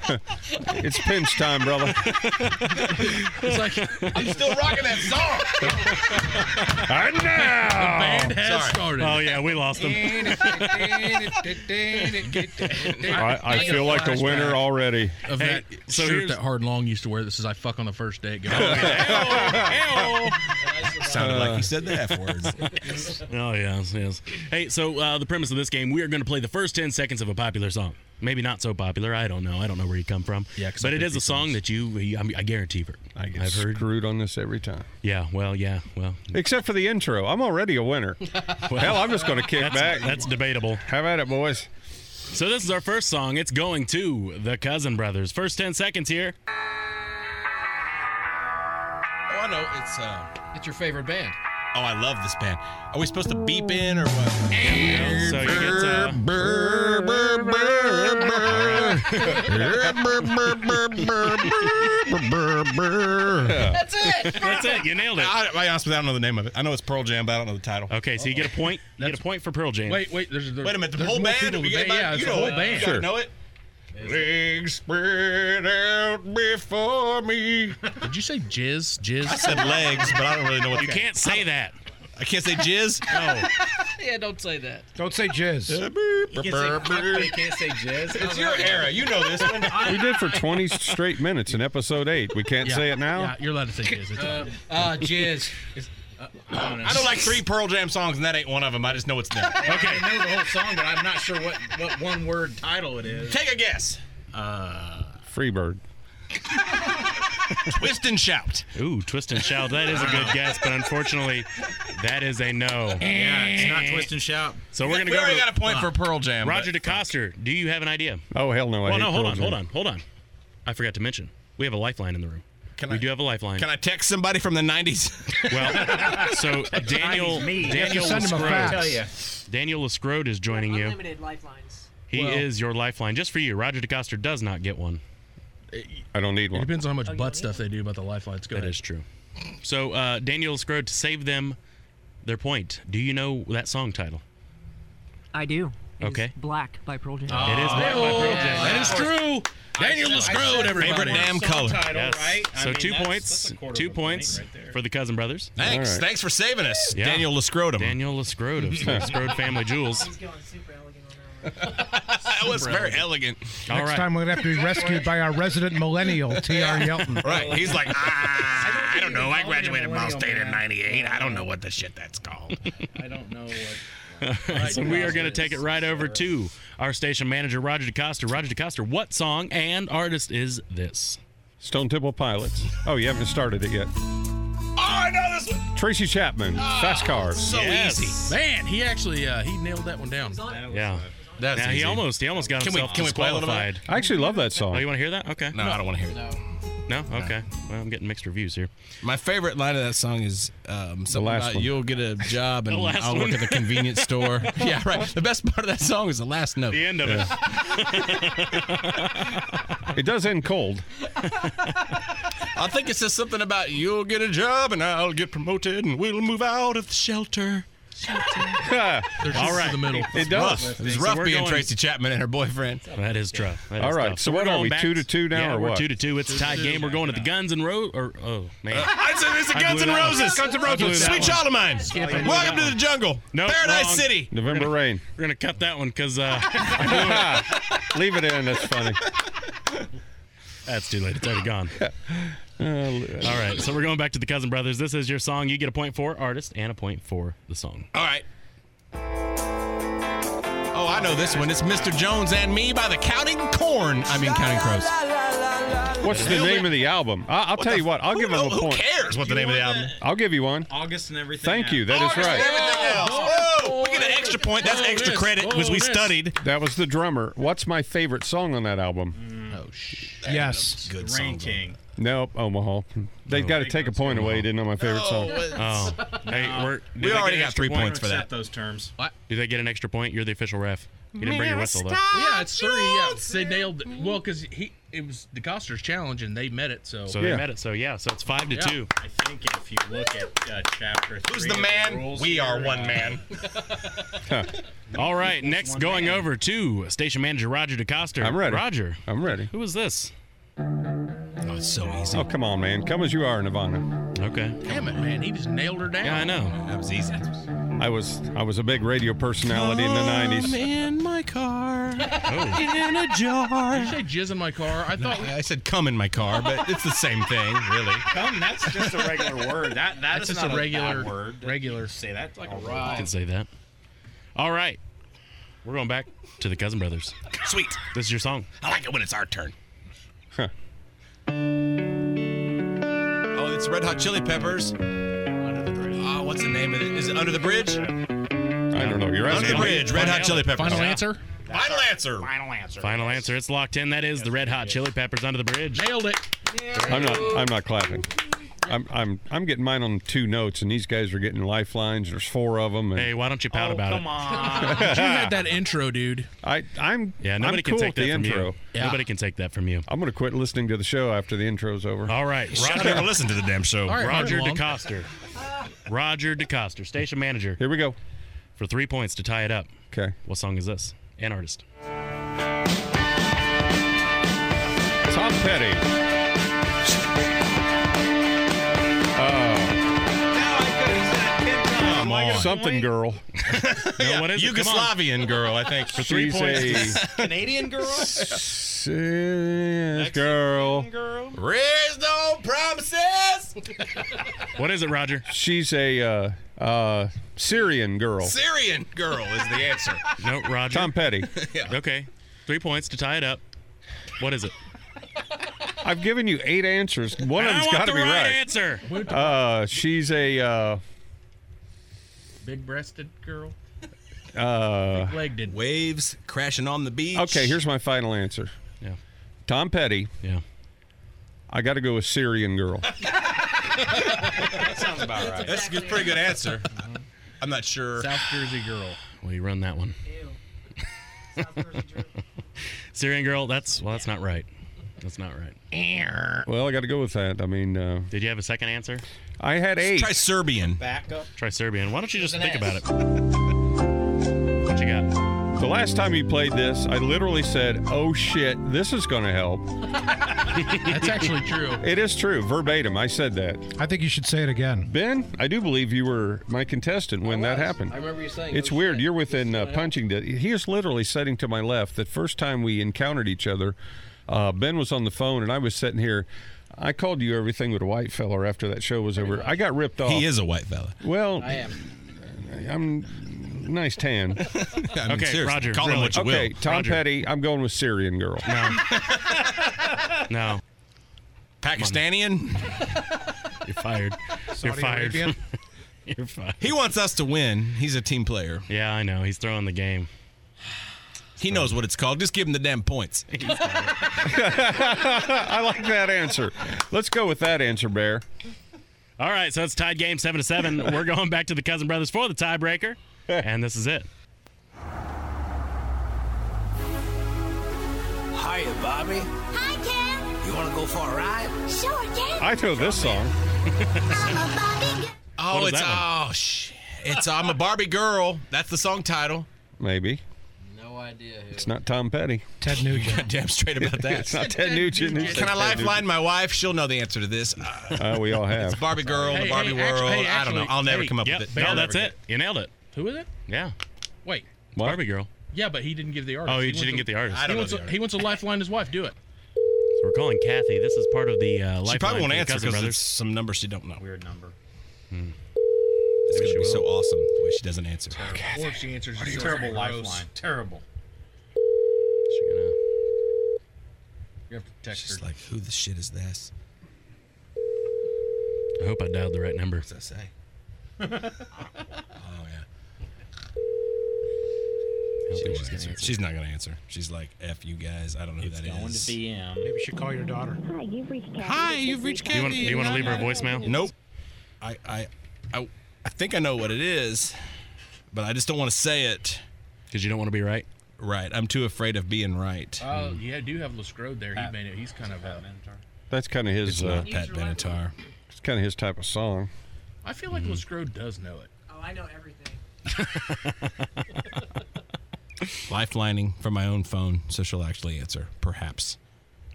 [SPEAKER 6] It's pinch time, brother.
[SPEAKER 7] It's like I'm still rocking that song.
[SPEAKER 6] And now,
[SPEAKER 7] band
[SPEAKER 6] has Sorry. started.
[SPEAKER 2] Oh yeah, we lost them.
[SPEAKER 6] *laughs*
[SPEAKER 7] *laughs*
[SPEAKER 6] I, I feel like a winner already.
[SPEAKER 3] Of that
[SPEAKER 6] so
[SPEAKER 3] shirt
[SPEAKER 6] here's-
[SPEAKER 3] that Hard Long used to wear that says "I fuck on the first date." *laughs*
[SPEAKER 2] Sounded like he said
[SPEAKER 3] the F
[SPEAKER 2] words. oh yes, yes. Hey, so uh, the premise of this game, we are going to play the first ten seconds of a popular song. Maybe not so popular. I don't know. I don't know where you come from.
[SPEAKER 6] Yeah, 'cause
[SPEAKER 2] but
[SPEAKER 6] I
[SPEAKER 2] it
[SPEAKER 6] pick
[SPEAKER 2] is a
[SPEAKER 6] these
[SPEAKER 2] song that you. you- I, mean, I guarantee for. I
[SPEAKER 6] get
[SPEAKER 2] have heard.
[SPEAKER 6] screwed on this every time.
[SPEAKER 2] Yeah. Well. Yeah. Well.
[SPEAKER 6] Except for the intro. I'm already a winner. Hell, I'm just going to kick
[SPEAKER 2] that's,
[SPEAKER 6] back.
[SPEAKER 2] That's debatable.
[SPEAKER 6] Have at it, boys.
[SPEAKER 2] So this is our first song. It's going to the Cousin Brothers. First ten seconds here.
[SPEAKER 1] Oh, I know. It's uh, it's your favorite band. Oh, I love this band. Are we supposed to beep in or what?
[SPEAKER 2] So you get to-
[SPEAKER 1] That's
[SPEAKER 7] it.
[SPEAKER 2] *laughs* That's it. You nailed it.
[SPEAKER 1] *laughs* I, I, honestly, I don't know the name of it. I know it's Pearl Jam, but I don't know the title.
[SPEAKER 2] Okay, so you get a *laughs* point. You get a point for Pearl Jam.
[SPEAKER 3] Wait, wait. There's,
[SPEAKER 1] Wait a minute. The
[SPEAKER 3] there's
[SPEAKER 1] whole
[SPEAKER 3] more
[SPEAKER 1] band.
[SPEAKER 3] people
[SPEAKER 1] We get
[SPEAKER 3] than that.
[SPEAKER 1] back-
[SPEAKER 3] Yeah,
[SPEAKER 1] you
[SPEAKER 3] it's a
[SPEAKER 1] know
[SPEAKER 3] whole
[SPEAKER 1] it.
[SPEAKER 3] band.
[SPEAKER 1] You
[SPEAKER 3] Sure.
[SPEAKER 1] gotta know it. Legs spread out before me.
[SPEAKER 3] Did you say jizz? Jizz?
[SPEAKER 1] I said legs, but I don't really know what
[SPEAKER 2] You
[SPEAKER 1] the-
[SPEAKER 2] can't say that.
[SPEAKER 1] I can't say jizz.
[SPEAKER 2] *laughs* No.
[SPEAKER 8] *laughs* yeah, don't say that.
[SPEAKER 1] Don't say jizz.
[SPEAKER 8] You can't say, fuck, but you can't say jizz.
[SPEAKER 1] It's your era. You know this one.
[SPEAKER 6] We did for 20 straight minutes in episode 8. We can't
[SPEAKER 3] Yeah.
[SPEAKER 6] say it now?
[SPEAKER 3] Yeah, you're allowed to say jizz. It's
[SPEAKER 1] Uh, uh, jizz. I know like three Pearl Jam songs, and that ain't one of them. I just know
[SPEAKER 8] *laughs*
[SPEAKER 1] it's them.
[SPEAKER 2] Okay.
[SPEAKER 8] I know the whole song, but I'm not sure what, what one word title it is.
[SPEAKER 1] Take a guess.
[SPEAKER 8] Uh,
[SPEAKER 6] Freebird.
[SPEAKER 1] Twist and shout.
[SPEAKER 2] Ooh, twist and shout. That is a
[SPEAKER 1] *laughs*
[SPEAKER 2] good guess, but unfortunately, that is a no.
[SPEAKER 8] Yeah, it's not twist and shout. Uh,
[SPEAKER 2] So we're gonna
[SPEAKER 1] Eh. We
[SPEAKER 2] go.
[SPEAKER 1] already
[SPEAKER 2] to-
[SPEAKER 1] got a point for Pearl Jam,
[SPEAKER 2] Roger DeCoster, do you have an idea?
[SPEAKER 6] Oh, hell no. I
[SPEAKER 2] well,
[SPEAKER 6] hate
[SPEAKER 2] no. Hold
[SPEAKER 6] Pearl
[SPEAKER 2] on.
[SPEAKER 6] Jam.
[SPEAKER 2] Hold on. Hold on. I forgot to mention we have a lifeline in the room. we do have a lifeline.
[SPEAKER 1] Can I text somebody from
[SPEAKER 6] *laughs*
[SPEAKER 1] the '90s?
[SPEAKER 2] Well,
[SPEAKER 1] *laughs*
[SPEAKER 2] so Daniel
[SPEAKER 1] me.
[SPEAKER 2] Daniel
[SPEAKER 1] You have to send him a
[SPEAKER 2] Lescrode-
[SPEAKER 1] fax. Tell ya.
[SPEAKER 2] Daniel Lescrode is joining you.
[SPEAKER 5] Unlimited lifelines.
[SPEAKER 2] He
[SPEAKER 3] Well-
[SPEAKER 2] is your lifeline just for you. Roger DeCoster does not get one.
[SPEAKER 6] I don't need
[SPEAKER 3] It depends on how much butt stuff they do about the lifelines. Go
[SPEAKER 2] That is true. So uh, Daniel Scrode to save them their point. Do you know that song title?
[SPEAKER 5] I do. It is Oh,
[SPEAKER 2] Okay.
[SPEAKER 5] Black by Pearl Jam.
[SPEAKER 2] It
[SPEAKER 3] Oh,
[SPEAKER 2] is Black by Pearl Jam. That is true. Daniel Lescrode, everybody.
[SPEAKER 7] Favorite damn color.
[SPEAKER 2] Yes. So two points, two points for the cousin brothers.
[SPEAKER 7] Thanks. Thanks for saving us,
[SPEAKER 1] *laughs*
[SPEAKER 2] Yeah.
[SPEAKER 7] Daniel Lescrodum.
[SPEAKER 2] Daniel Lescrode of Lescrode Family Jewels.
[SPEAKER 7] That was very elegant.
[SPEAKER 2] All
[SPEAKER 4] Next
[SPEAKER 2] right.
[SPEAKER 4] time we'll have to be rescued by our resident millennial, T.R.
[SPEAKER 1] *laughs*
[SPEAKER 4] Yelton.
[SPEAKER 14] Right. He's like, ah, I don't know. I graduated Ball State in 98. I don't know what the shit that's called.
[SPEAKER 8] *laughs* I don't know what.
[SPEAKER 2] so we are going to take it right over to our station manager, Roger DeCoster. Roger DeCoster, what song and artist is this?
[SPEAKER 6] Stone Temple Pilots. Oh, you haven't started it yet.
[SPEAKER 7] Oh, I know this one.
[SPEAKER 6] Tracy Chapman, Fast Cars.
[SPEAKER 3] easy, man. He actually uh, he nailed that one down.
[SPEAKER 2] Yeah.
[SPEAKER 6] That's
[SPEAKER 2] now he
[SPEAKER 6] easy.
[SPEAKER 2] almost he almost got
[SPEAKER 6] Can we-
[SPEAKER 2] himself
[SPEAKER 6] can we play a little bit?
[SPEAKER 2] disqualified.
[SPEAKER 6] I actually love that song.
[SPEAKER 2] Oh, you want to hear that? Okay.
[SPEAKER 6] No, I don't wanna hear it.
[SPEAKER 2] No. No. Okay. Well, I'm getting mixed reviews here.
[SPEAKER 1] My favorite line of that song is um, something
[SPEAKER 2] last
[SPEAKER 1] about
[SPEAKER 2] one.
[SPEAKER 1] you'll get a job and
[SPEAKER 2] The last
[SPEAKER 1] I'll
[SPEAKER 2] one.
[SPEAKER 1] work at *laughs* the convenience *laughs* store. yeah, right. The best part of that song is the last note.
[SPEAKER 2] The end of it.
[SPEAKER 1] *laughs*
[SPEAKER 6] It does end cold.
[SPEAKER 1] I think it says something about you'll get a job and I'll get promoted and we'll move out of the shelter. *laughs*
[SPEAKER 2] All right.
[SPEAKER 6] It does.
[SPEAKER 1] It's rough being Tracy Chapman and her boyfriend.
[SPEAKER 2] That is tough. That is
[SPEAKER 6] All right,
[SPEAKER 2] tough.
[SPEAKER 6] so what
[SPEAKER 2] we're
[SPEAKER 6] are we,
[SPEAKER 2] going back-
[SPEAKER 6] two to two now
[SPEAKER 2] yeah,
[SPEAKER 6] or
[SPEAKER 2] we're
[SPEAKER 6] what?
[SPEAKER 2] two to two. It's a
[SPEAKER 6] Two to
[SPEAKER 2] tie
[SPEAKER 6] two.
[SPEAKER 2] game. We're going to the Guns and Rose. Or oh man,
[SPEAKER 1] Uh,
[SPEAKER 7] It's a, it's a
[SPEAKER 2] I
[SPEAKER 7] Uh, Guns
[SPEAKER 2] blew
[SPEAKER 7] N'
[SPEAKER 2] that one.
[SPEAKER 7] Roses.
[SPEAKER 2] I blew that
[SPEAKER 7] Sweet
[SPEAKER 2] one.
[SPEAKER 7] child of mine.
[SPEAKER 2] Skip it.
[SPEAKER 7] Welcome to the jungle.
[SPEAKER 2] Nope,
[SPEAKER 7] Paradise
[SPEAKER 2] wrong.
[SPEAKER 7] City.
[SPEAKER 6] November rain.
[SPEAKER 2] We're gonna cut that one because uh,
[SPEAKER 6] *laughs* Leave it in. That's funny.
[SPEAKER 2] That's too late. It's already
[SPEAKER 6] *laughs*
[SPEAKER 2] gone. All right, so we're going back to the cousin brothers. This is your song. You get a point for artist and a point for the song.
[SPEAKER 7] All right.
[SPEAKER 1] Oh, I know this one. It's Mr. Jones and Me by the Counting Corn. I mean, Counting Crows.
[SPEAKER 6] What's the
[SPEAKER 1] Nailed
[SPEAKER 6] name
[SPEAKER 1] it.
[SPEAKER 6] of the album? I, I'll
[SPEAKER 1] What
[SPEAKER 6] tell
[SPEAKER 1] the
[SPEAKER 6] you what. I'll give him a
[SPEAKER 1] who
[SPEAKER 6] point.
[SPEAKER 1] cares what the name of the album?
[SPEAKER 6] I'll give you one.
[SPEAKER 8] August and everything.
[SPEAKER 6] Thank you. That is
[SPEAKER 7] August
[SPEAKER 6] right.
[SPEAKER 7] and everything else.
[SPEAKER 1] Oh,
[SPEAKER 7] Whoa, we get an extra point. That's extra credit because we studied.
[SPEAKER 6] Oh, That was the drummer. What's my favorite song on that album?
[SPEAKER 1] Oh shit.
[SPEAKER 6] Yes.
[SPEAKER 1] Good
[SPEAKER 8] Rain King.
[SPEAKER 6] Nope, Omaha. They
[SPEAKER 2] Oh.
[SPEAKER 6] got to take a point away. Didn't know my favorite song.
[SPEAKER 2] Hey, we're, do they get an extra point?
[SPEAKER 8] those terms.
[SPEAKER 2] What? Do they get an extra point? You're the official ref. You didn't bring your whistle though.
[SPEAKER 3] Yeah, it's three. Yeah, they nailed it. Well, because he it was DeCoster's challenge and they met it. So
[SPEAKER 2] So they met it. So yeah. So it's five to
[SPEAKER 3] Yeah. *laughs*
[SPEAKER 2] two.
[SPEAKER 8] I think if you look at uh, chapter three,
[SPEAKER 7] Who's the
[SPEAKER 8] of
[SPEAKER 7] man?
[SPEAKER 8] rules
[SPEAKER 7] We
[SPEAKER 8] here,
[SPEAKER 7] are one
[SPEAKER 8] uh, *laughs*
[SPEAKER 7] man.
[SPEAKER 2] All right. Next,
[SPEAKER 8] one
[SPEAKER 2] going over to station manager Roger DeCoster.
[SPEAKER 6] I'm ready.
[SPEAKER 2] Roger,
[SPEAKER 6] I'm ready.
[SPEAKER 2] who is this?
[SPEAKER 1] Oh, it's so easy.
[SPEAKER 6] Oh, come on, man. Come as you are, Nirvana.
[SPEAKER 2] Okay.
[SPEAKER 3] Damn it, man. He just nailed her down.
[SPEAKER 6] Yeah, I
[SPEAKER 2] know.
[SPEAKER 1] That was easy.
[SPEAKER 6] I was I was a big radio personality in the
[SPEAKER 1] Come
[SPEAKER 6] '90s.
[SPEAKER 1] *laughs* in
[SPEAKER 8] *laughs*
[SPEAKER 1] my car. *laughs*
[SPEAKER 7] *laughs*
[SPEAKER 6] Oh.
[SPEAKER 1] In a jar.
[SPEAKER 3] Did you say jizz in my car? I thought.
[SPEAKER 1] I said come in my car, but it's the same thing, really.
[SPEAKER 8] *laughs* Come, that's just a regular word. That that
[SPEAKER 3] That's
[SPEAKER 8] is
[SPEAKER 3] just
[SPEAKER 8] not
[SPEAKER 3] a regular-
[SPEAKER 8] bad word.
[SPEAKER 3] regular.
[SPEAKER 8] Say that like a
[SPEAKER 2] I can
[SPEAKER 8] ride.
[SPEAKER 2] say that. All right. We're going back to the cousin brothers.
[SPEAKER 7] Sweet.
[SPEAKER 2] This is your song.
[SPEAKER 7] I like it when it's our turn.
[SPEAKER 1] Oh, it's Red Hot Chili Peppers. Oh, what's the name of it? Is it Under the Bridge?
[SPEAKER 6] I don't know. You're
[SPEAKER 7] Under
[SPEAKER 6] asking
[SPEAKER 7] the
[SPEAKER 6] me.
[SPEAKER 7] bridge. Red Hot Chili Peppers.
[SPEAKER 6] Final
[SPEAKER 3] answer.
[SPEAKER 7] Final answer.
[SPEAKER 8] Final answer. *laughs*
[SPEAKER 2] Final answer. It's locked in. That is the Red Hot Chili Peppers under the bridge.
[SPEAKER 3] Nailed it.
[SPEAKER 6] I'm not. I'm not clapping. I'm. I'm. I'm getting mine on two notes, and these guys are getting lifelines. There's four of them. And
[SPEAKER 2] Hey, why don't you pout about it? *laughs*
[SPEAKER 3] But *laughs* you had that intro, dude.
[SPEAKER 6] I. I'm.
[SPEAKER 2] Yeah, nobody
[SPEAKER 6] I'm
[SPEAKER 2] can
[SPEAKER 6] cool
[SPEAKER 2] take
[SPEAKER 6] with
[SPEAKER 2] that
[SPEAKER 6] the
[SPEAKER 2] from you.
[SPEAKER 6] intro.
[SPEAKER 2] Yeah. Nobody can take that from you.
[SPEAKER 6] I'm gonna quit listening to the show after the intro's over.
[SPEAKER 2] All right, Roger,
[SPEAKER 7] to the damn show.
[SPEAKER 2] Roger DeCoster. Roger DeCoster, station manager.
[SPEAKER 6] Here we go.
[SPEAKER 2] For three points to tie it up.
[SPEAKER 6] Okay.
[SPEAKER 2] What song is this? An artist.
[SPEAKER 6] Tom Petty. Oh.
[SPEAKER 7] Come on.
[SPEAKER 6] Something
[SPEAKER 2] *laughs*
[SPEAKER 6] girl.
[SPEAKER 2] No, what is it? Come on.
[SPEAKER 7] Yugoslavian girl, I think.
[SPEAKER 6] For three She's points. a-
[SPEAKER 8] *laughs* Canadian girl.
[SPEAKER 1] *laughs*
[SPEAKER 6] Serious girl.
[SPEAKER 7] Raise no promises.
[SPEAKER 8] *laughs*
[SPEAKER 2] What is it, Roger?
[SPEAKER 6] She's a uh, uh, Syrian girl.
[SPEAKER 7] Syrian girl is
[SPEAKER 2] *laughs*
[SPEAKER 7] the answer.
[SPEAKER 2] No, Roger.
[SPEAKER 6] Tom Petty.
[SPEAKER 2] Okay. Three points to tie it up. What is it?
[SPEAKER 6] I've given you eight answers. One of
[SPEAKER 2] I
[SPEAKER 6] them's
[SPEAKER 2] want
[SPEAKER 6] got
[SPEAKER 2] the
[SPEAKER 6] to be
[SPEAKER 2] right,
[SPEAKER 6] right.
[SPEAKER 2] answer.
[SPEAKER 6] Uh, she's a uh,
[SPEAKER 3] Big-breasted girl.
[SPEAKER 6] uh,
[SPEAKER 3] Legged.
[SPEAKER 1] Waves crashing on the beach.
[SPEAKER 6] Okay, here's my final answer.
[SPEAKER 2] Yeah.
[SPEAKER 6] Tom Petty.
[SPEAKER 2] Yeah.
[SPEAKER 6] I got to go with Syrian
[SPEAKER 2] *laughs*
[SPEAKER 6] girl.
[SPEAKER 7] that sounds about right.
[SPEAKER 1] That's a pretty good answer. I'm not sure.
[SPEAKER 3] South Jersey girl.
[SPEAKER 2] *laughs* Well, you run that one. Syrian girl. That's well. That's not right. That's not right.
[SPEAKER 6] Well, I got to go with that. I mean, uh,
[SPEAKER 2] did you have a second answer?
[SPEAKER 6] I had eight.
[SPEAKER 2] Try
[SPEAKER 6] Serbian.
[SPEAKER 15] Backup.
[SPEAKER 2] Try Serbian. Why don't you just
[SPEAKER 15] An
[SPEAKER 2] think
[SPEAKER 15] S.
[SPEAKER 2] about it?
[SPEAKER 16] *laughs*
[SPEAKER 2] What you got?
[SPEAKER 6] The last time you played this, I literally said, "Oh shit, this is going to
[SPEAKER 2] *laughs*
[SPEAKER 6] help."
[SPEAKER 16] That's actually true.
[SPEAKER 6] It is true, verbatim. I said that.
[SPEAKER 16] I think you should say it again.
[SPEAKER 6] Ben, I do believe you were my contestant when that happened.
[SPEAKER 16] I remember you saying,
[SPEAKER 6] It's
[SPEAKER 16] "Oh,
[SPEAKER 6] weird. You're within uh, punching. Di- he is literally sitting to my left. The first time we encountered each other, uh, Ben was on the phone and I was sitting here. I called you everything with a white fella after that show was over. I got ripped off.
[SPEAKER 1] He is a white fella.
[SPEAKER 6] Well,
[SPEAKER 1] I am.
[SPEAKER 6] I'm nice tan.
[SPEAKER 1] *laughs* I mean, Okay, seriously, Roger, call him really. what you will.
[SPEAKER 6] okay, Tom
[SPEAKER 1] Roger.
[SPEAKER 6] Petty. I'm going with Syrian girl.
[SPEAKER 2] No. no.
[SPEAKER 1] Pakistanian?
[SPEAKER 2] You're fired.
[SPEAKER 1] Saudi fired. Arabian?
[SPEAKER 2] *laughs* You're fired.
[SPEAKER 1] He wants us to win. He's a team player.
[SPEAKER 2] Yeah, I know. He's throwing the game.
[SPEAKER 1] He knows what it's called. Just give him the damn points.
[SPEAKER 6] *laughs* I like that answer. Let's go with that answer, Bear.
[SPEAKER 2] All right, so it's tied game seven to seven. We're going back to the cousin brothers for the
[SPEAKER 6] *laughs*
[SPEAKER 2] tiebreaker, and this is it.
[SPEAKER 7] Hiya, Bobby. Hi, Ken. You want to go for a ride? Sure, Ken.
[SPEAKER 6] I *laughs* know this song.
[SPEAKER 1] Oh,
[SPEAKER 6] What is
[SPEAKER 1] it's
[SPEAKER 6] that
[SPEAKER 1] oh shit. It's I'm a Barbie girl. That's the song title.
[SPEAKER 6] Maybe.
[SPEAKER 17] No idea.
[SPEAKER 6] It's not Tom Petty.
[SPEAKER 16] Ted Nugent.
[SPEAKER 1] Damn straight about that.
[SPEAKER 6] It's not Ted Nugent. It's
[SPEAKER 1] Can I
[SPEAKER 6] Ted
[SPEAKER 1] lifeline my wife? She'll know the answer to this.
[SPEAKER 6] Uh, we all have.
[SPEAKER 1] *laughs* It's Barbie girl,
[SPEAKER 3] Hey,
[SPEAKER 1] the Barbie
[SPEAKER 3] hey,
[SPEAKER 1] world.
[SPEAKER 3] actu- hey,
[SPEAKER 1] I don't know.
[SPEAKER 3] actually-
[SPEAKER 1] I'll never
[SPEAKER 3] hey,
[SPEAKER 1] come up
[SPEAKER 3] yep,
[SPEAKER 1] with it.
[SPEAKER 3] no,
[SPEAKER 1] I'll
[SPEAKER 3] that's
[SPEAKER 1] never
[SPEAKER 2] it. You nailed it.
[SPEAKER 3] Who is it?
[SPEAKER 2] Yeah.
[SPEAKER 3] Wait.
[SPEAKER 2] Barbie girl.
[SPEAKER 3] Yeah, but he didn't give the artist.
[SPEAKER 2] Oh,
[SPEAKER 3] He
[SPEAKER 2] you
[SPEAKER 3] wants
[SPEAKER 2] didn't
[SPEAKER 3] to-
[SPEAKER 2] get the artist.
[SPEAKER 3] he wants a, He wants a lifeline. to His wife, do it.
[SPEAKER 2] So we're calling Kathy. This is part of the uh,
[SPEAKER 1] She
[SPEAKER 2] lifeline
[SPEAKER 1] probably won't
[SPEAKER 2] for the
[SPEAKER 1] answer
[SPEAKER 2] cousin
[SPEAKER 1] because
[SPEAKER 2] brothers.
[SPEAKER 1] it's some number she don't know. Weird number. It's
[SPEAKER 2] Maybe
[SPEAKER 1] gonna
[SPEAKER 2] she
[SPEAKER 1] be so
[SPEAKER 2] will.
[SPEAKER 1] awesome the way she doesn't answer.
[SPEAKER 16] Or if she answers,
[SPEAKER 15] What a
[SPEAKER 16] it's
[SPEAKER 15] terrible
[SPEAKER 16] gross.
[SPEAKER 15] lifeline. Terrible.
[SPEAKER 16] You have to text
[SPEAKER 1] She's like, who the shit is this?
[SPEAKER 2] I hope I dialed the right number. What's
[SPEAKER 1] that
[SPEAKER 2] *laughs*
[SPEAKER 1] say? She won't answer. She's not gonna answer. She's like, "F you guys. I don't know who that is."
[SPEAKER 15] Going to DM.
[SPEAKER 16] Maybe you should call your daughter.
[SPEAKER 7] Hi, you've reached Kathy.
[SPEAKER 1] Hi, you've reached Kathy.
[SPEAKER 2] do you wanna leave her a voicemail?
[SPEAKER 1] Nope. I, I, I, I think I know what it is, but I just don't want to say it.
[SPEAKER 2] Because you don't want to be right?
[SPEAKER 1] Right. I'm too afraid of being right.
[SPEAKER 3] Oh, yeah, I do have Lestrode there. He made it. He's kind of. Uh,
[SPEAKER 6] That's kind of his.
[SPEAKER 1] It's
[SPEAKER 6] uh,
[SPEAKER 1] not Pat Benatar.
[SPEAKER 6] It's kind of his type of song.
[SPEAKER 3] I feel
[SPEAKER 2] Mm-hmm.
[SPEAKER 3] like Lestrode does know it.
[SPEAKER 18] Oh, I know
[SPEAKER 2] *laughs*
[SPEAKER 18] everything.
[SPEAKER 1] Lifelining from my own phone, so she'll actually answer, perhaps.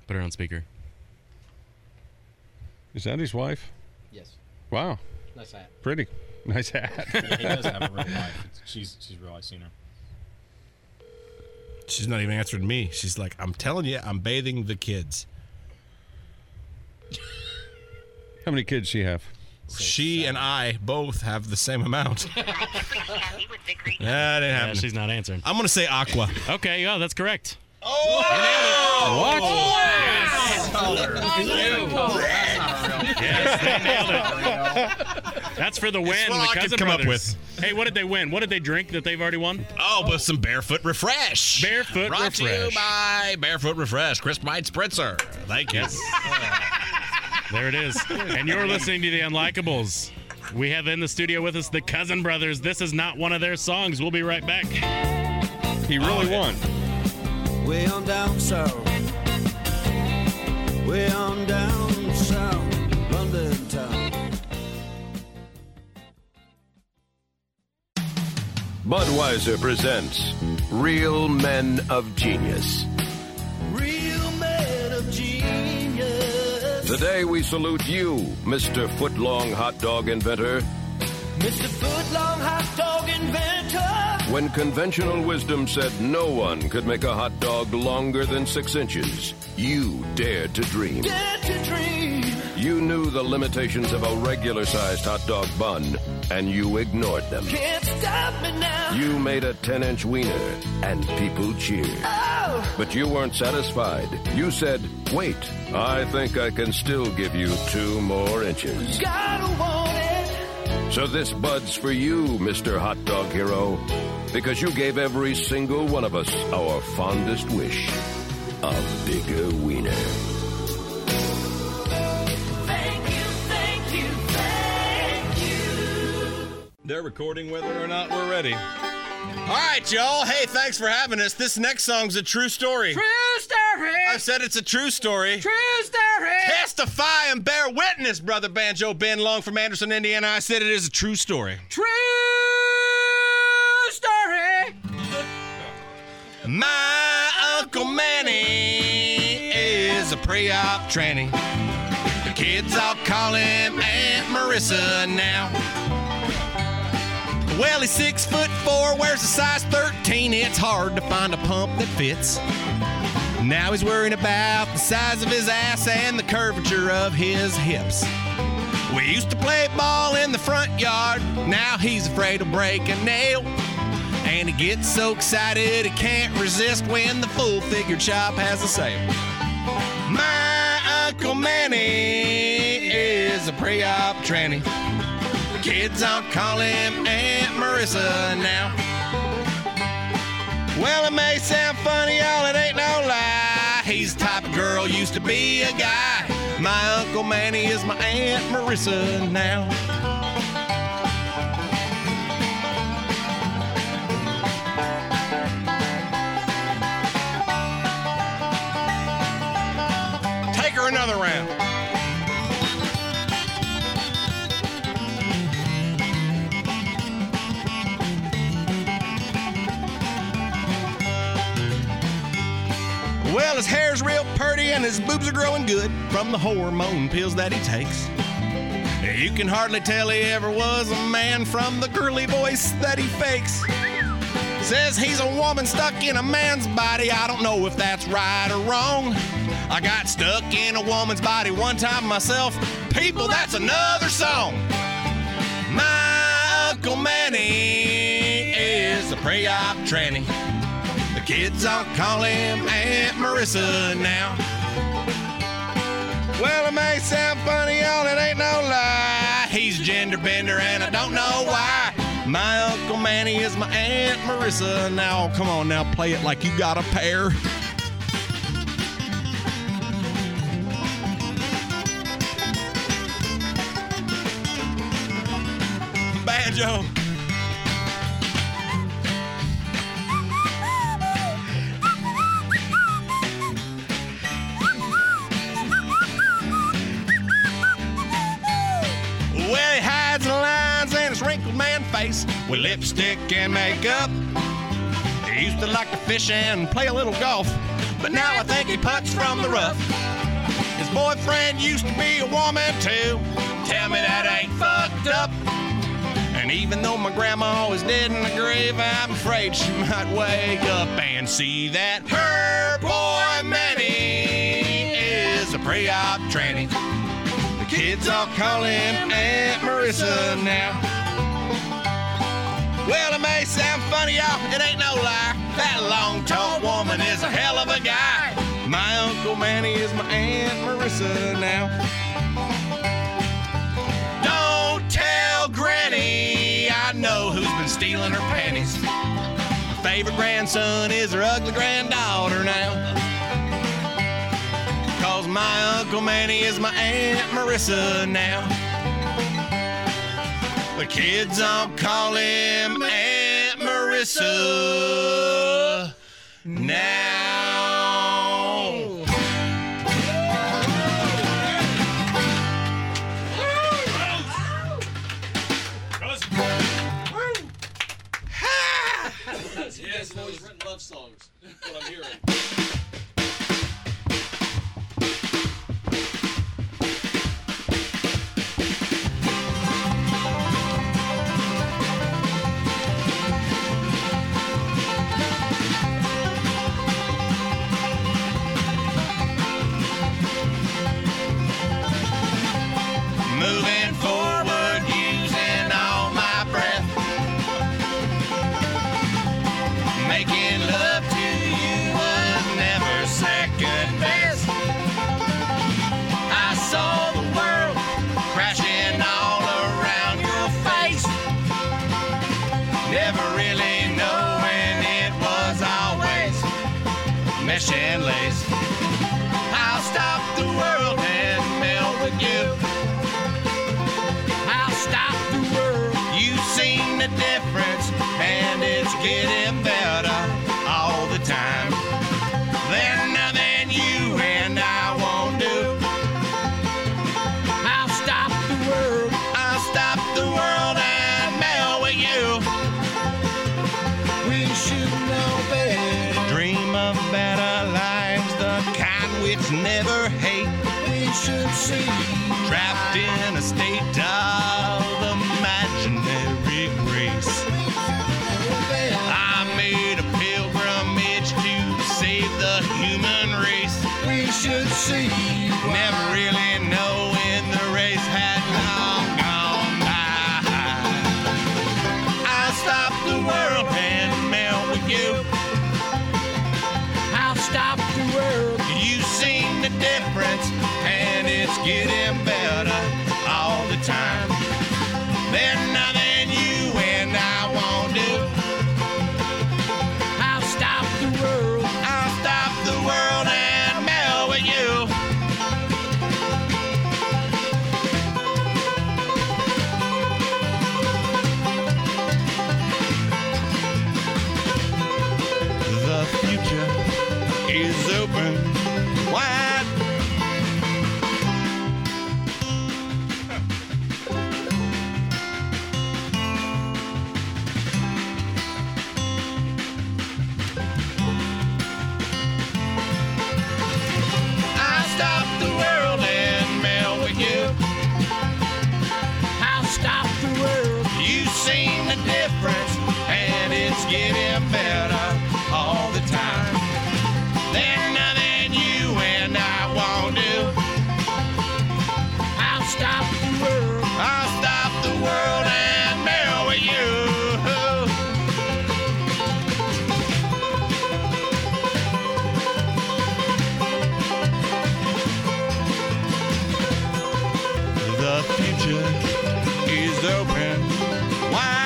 [SPEAKER 2] Put her on speaker.
[SPEAKER 6] Mm-hmm. Is that his wife?
[SPEAKER 15] Yes.
[SPEAKER 6] Wow.
[SPEAKER 15] Nice hat.
[SPEAKER 6] Pretty. *laughs* Nice hat.
[SPEAKER 15] Yeah, he does have a real wife. It's- She's she's real. I've seen her.
[SPEAKER 1] She's not even answering me. She's like, "I'm telling you, I'm bathing the kids."
[SPEAKER 6] How many kids she have?
[SPEAKER 1] She and I both have the same amount.
[SPEAKER 2] *laughs*
[SPEAKER 1] That ain't happening.
[SPEAKER 2] she's not answering.
[SPEAKER 1] I'm gonna say Aqua.
[SPEAKER 2] Okay, yeah, Oh, that's correct.
[SPEAKER 1] What?
[SPEAKER 2] Yes, they *laughs* nailed it. That's for the win.
[SPEAKER 1] all
[SPEAKER 2] the
[SPEAKER 1] I could
[SPEAKER 2] cousin
[SPEAKER 1] come up
[SPEAKER 2] brothers. Hey, what did they win? What did they drink that they've already won?
[SPEAKER 1] Oh, but some barefoot refresh.
[SPEAKER 2] Barefoot
[SPEAKER 1] Brought to you
[SPEAKER 2] refresh.
[SPEAKER 1] by Barefoot Refresh, Crisp Bite Spritzer. Thank you.
[SPEAKER 2] There it is. And you're listening to the Unlikables. We have in the studio with us the Cousin Brothers. This is not one of their songs. We'll be right back.
[SPEAKER 6] He
[SPEAKER 1] Oh,
[SPEAKER 6] really won.
[SPEAKER 7] Way on down south. Way on down south. London town.
[SPEAKER 19] Budweiser presents Real Men of Genius.
[SPEAKER 7] Real man of genius.
[SPEAKER 19] Today we salute you, Mr. Footlong Hot Dog Inventor.
[SPEAKER 7] Mr. Footlong hot dog inventor.
[SPEAKER 19] When conventional wisdom said no one could make a hot dog longer than six inches, you dared to dream.
[SPEAKER 7] Dare to dream.
[SPEAKER 19] You knew the limitations of a regular sized hot dog bun, and you ignored them.
[SPEAKER 7] Can't stop me now.
[SPEAKER 19] You made a 10 inch wiener, and people cheered.
[SPEAKER 7] Oh.
[SPEAKER 19] But you weren't satisfied. You said, wait, I think I can still give you two more inches.
[SPEAKER 7] Gotta want it.
[SPEAKER 19] So this bud's for you, Mr. Hot Dog Hero, because you gave every single one of us our fondest wish a bigger wiener.
[SPEAKER 7] Thank you, thank you, thank you.
[SPEAKER 20] They're recording whether or not we're ready.
[SPEAKER 1] All right, y'all. Hey, thanks for having us. This next song's a true story. True
[SPEAKER 21] story.
[SPEAKER 1] I said it's a true story.
[SPEAKER 21] True story.
[SPEAKER 1] Testify and bear witness, brother Banjo Ben Long from Anderson, Indiana. I said it is a true story.
[SPEAKER 21] True story.
[SPEAKER 1] My Uncle Manny is a pre op tranny. The kids all call him Aunt Marissa now. Well, he's six foot four, wears a size 13. It's hard to find a pump that fits. Now he's worrying about the size of his ass and the curvature of his hips. We used to play ball in the front yard. Now he's afraid he'll break a nail. And he gets so excited he can't resist when the full figured shop has a sale. My Uncle Manny is a pre op tranny. The kids all call him Aunt Marissa now. Well, it may sound funny, y'all, it ain't no lie. He's the type of girl used to be a guy. My Uncle Manny is my Aunt Marissa now. Take her another round. Well, his hair's real purty and his boobs are growing good from the hormone pills that he takes. You can hardly tell he ever was a man from the girly voice that he fakes. Says he's a woman stuck in a man's body. I don't know if that's right or wrong. I got stuck in a woman's body one time myself. People, that's another song. My Uncle Manny is a pre op tranny. The kids all call him Aunt Marissa now. Well, it may sound funny, y'all, it ain't no lie. He's gender bender, and I don't know why. My Uncle Manny is my Aunt Marissa now. Come on now, play it like you got a pair. Banjo. Well, he hides the lines in his wrinkled man face with lipstick and makeup. He used to like to fish and play a little golf, but now I think he puts from the rough. His boyfriend used to be a woman too. Tell me that ain't fucked up. And even though my grandma always did in the grave, I'm afraid she might wake up and see that her boy Manny is a pre-op tranny. The kids all call him Aunt Marissa now. Well, it may sound funny, y'all, it ain't no lie. That long, tall woman is a hell of a guy. My Uncle Manny is my Aunt Marissa now. Don't tell Granny I know who's been stealing her panties. My favorite grandson is her ugly granddaughter now. Cause my Uncle Manny is my Aunt Marissa now. The kids all call him Aunt Marissa now.
[SPEAKER 4] Yes, always written love songs. That's what I'm hearing.
[SPEAKER 1] Moving forward, using all my breath. Making love to you was never second best. I saw the world crashing all around your face. Never really knowing it was always mesh and lace. I'll stop the world and melt with you. emergency. Trapped in a state of imaginary grace. I made a pilgrimage to save the human race. We should see. Never really knowing the race had long gone by. I stopped the world handmail with you. I'll stop the world. You've seen the difference, and it's getting better all the time. There's nothing you and I won't do. I'll stop the world. I'll stop the world and melt with you. The future is open wide. I stop the world and melt with you. I'll stop the world. You've seen the difference, and it's getting better all the time. There's nothing you and I won't do. I'll stop the world. I'll stop the world and melt with you. The future is open wide.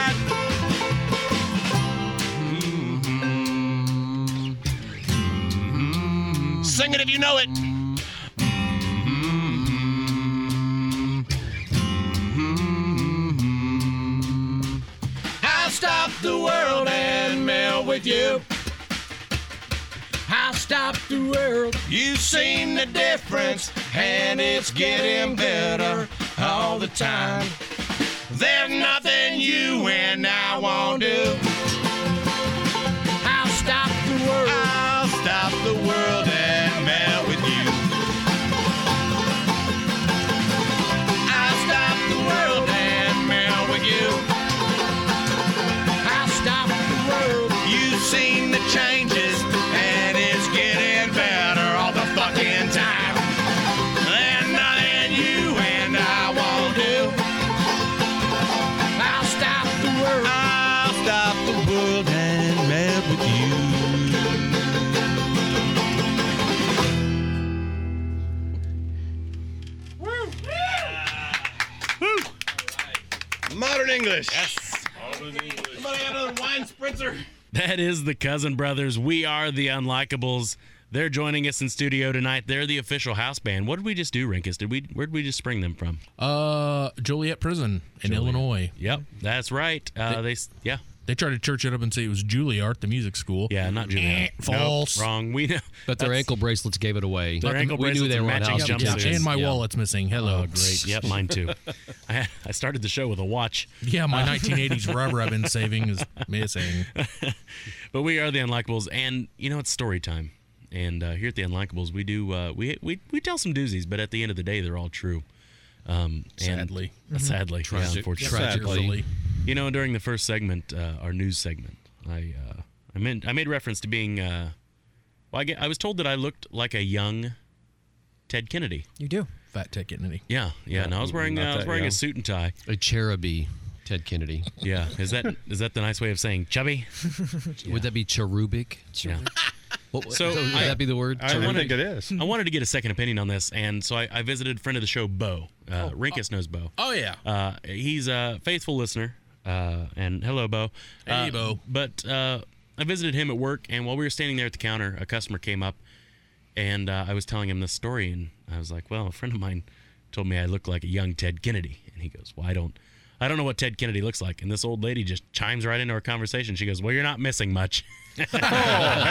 [SPEAKER 1] Sing it if you know it. I'll stop the world and melt with you. I'll stop the world. You've seen the difference, and it's getting better all the time. There's nothing you and I won't do. I'll stop the world. I'll stop the world and melt with you. I'll stop the world and melt with you. I'll stop the world. You've seen the changes, and it's getting better all the fucking time. There's nothing you and I won't do. I'll stop the world. I'll stop the world and melt with you.
[SPEAKER 22] Modern English. Yes.
[SPEAKER 23] Somebody had another wine spritzer.
[SPEAKER 2] That is the Cousin Brothers. We are the Unlikables. They're joining us in studio tonight. They're the official house band. What did we just do, Rinkus? Did we? Where did we just spring them from?
[SPEAKER 3] Uh, Joliet Prison in Illinois.
[SPEAKER 2] Yep, that's right. Uh, they, s yeah.
[SPEAKER 3] They tried to church it up and say it was Juilliard, the music school. Eh,
[SPEAKER 2] Yeah, not Juilliard. Nope,
[SPEAKER 3] False.
[SPEAKER 2] wrong. We *laughs* know.
[SPEAKER 4] But their
[SPEAKER 2] That's-
[SPEAKER 4] ankle bracelets gave it away.
[SPEAKER 2] Their ankle
[SPEAKER 4] we knew
[SPEAKER 2] bracelets
[SPEAKER 4] they
[SPEAKER 2] and
[SPEAKER 4] were on
[SPEAKER 2] matching
[SPEAKER 4] house
[SPEAKER 2] jumpsuits.
[SPEAKER 4] jumpsuits.
[SPEAKER 3] And my
[SPEAKER 2] Yeah.
[SPEAKER 3] wallet's missing. Hello.
[SPEAKER 2] Oh, great. Yep, mine
[SPEAKER 3] *laughs*
[SPEAKER 2] too. *laughs* I, had- I started the show with a watch.
[SPEAKER 3] Yeah, my
[SPEAKER 2] Uh, *laughs*
[SPEAKER 3] 1980s rubber I've been saving is missing.
[SPEAKER 2] but we are the Unlikables, and you know it's story time. And uh, here at the Unlikables, we do uh, we, we we tell some doozies, but at the end of the day, they're all true. Um, and-
[SPEAKER 3] Sadly.
[SPEAKER 2] Uh, sadly,
[SPEAKER 3] Tragic-
[SPEAKER 2] yeah, unfortunately,
[SPEAKER 3] Tragically.
[SPEAKER 2] You know, during the first segment, uh, our news segment, I uh, I meant I made reference to being. Uh, well, I, get, I was told that I looked like a young Ted Kennedy.
[SPEAKER 24] You do.
[SPEAKER 3] Fat ticket, didn't he?
[SPEAKER 2] Yeah, yeah. And I was wearing uh, I was wearing a suit. and tie.
[SPEAKER 4] A cherubby, Ted Kennedy.
[SPEAKER 2] Yeah, is that is that the nice way of saying chubby?
[SPEAKER 4] *laughs* Would that be cherubic?
[SPEAKER 2] Yeah. *laughs*
[SPEAKER 4] What-
[SPEAKER 2] So
[SPEAKER 4] would
[SPEAKER 2] I-
[SPEAKER 4] that be the word?
[SPEAKER 2] I wanted- I wanted to get a second opinion on this, and so I, I visited friend of the show, Bo. Uh, Rinkus knows Bo.
[SPEAKER 3] Oh, yeah.
[SPEAKER 2] Uh, he's a faithful listener, uh, and hello, Bo.
[SPEAKER 3] Hey,
[SPEAKER 2] Uh,
[SPEAKER 3] Bo.
[SPEAKER 2] But uh, I visited him at work, and while we were standing there at the counter, a customer came up, and uh, I was telling him this story, and I was like, "Well, a friend of mine told me I look like a young Ted Kennedy," and he goes, "Well, I don't." I don't know what Ted Kennedy looks like, and this old lady just chimes right into our conversation. She goes, "Well, you're not missing much." *laughs*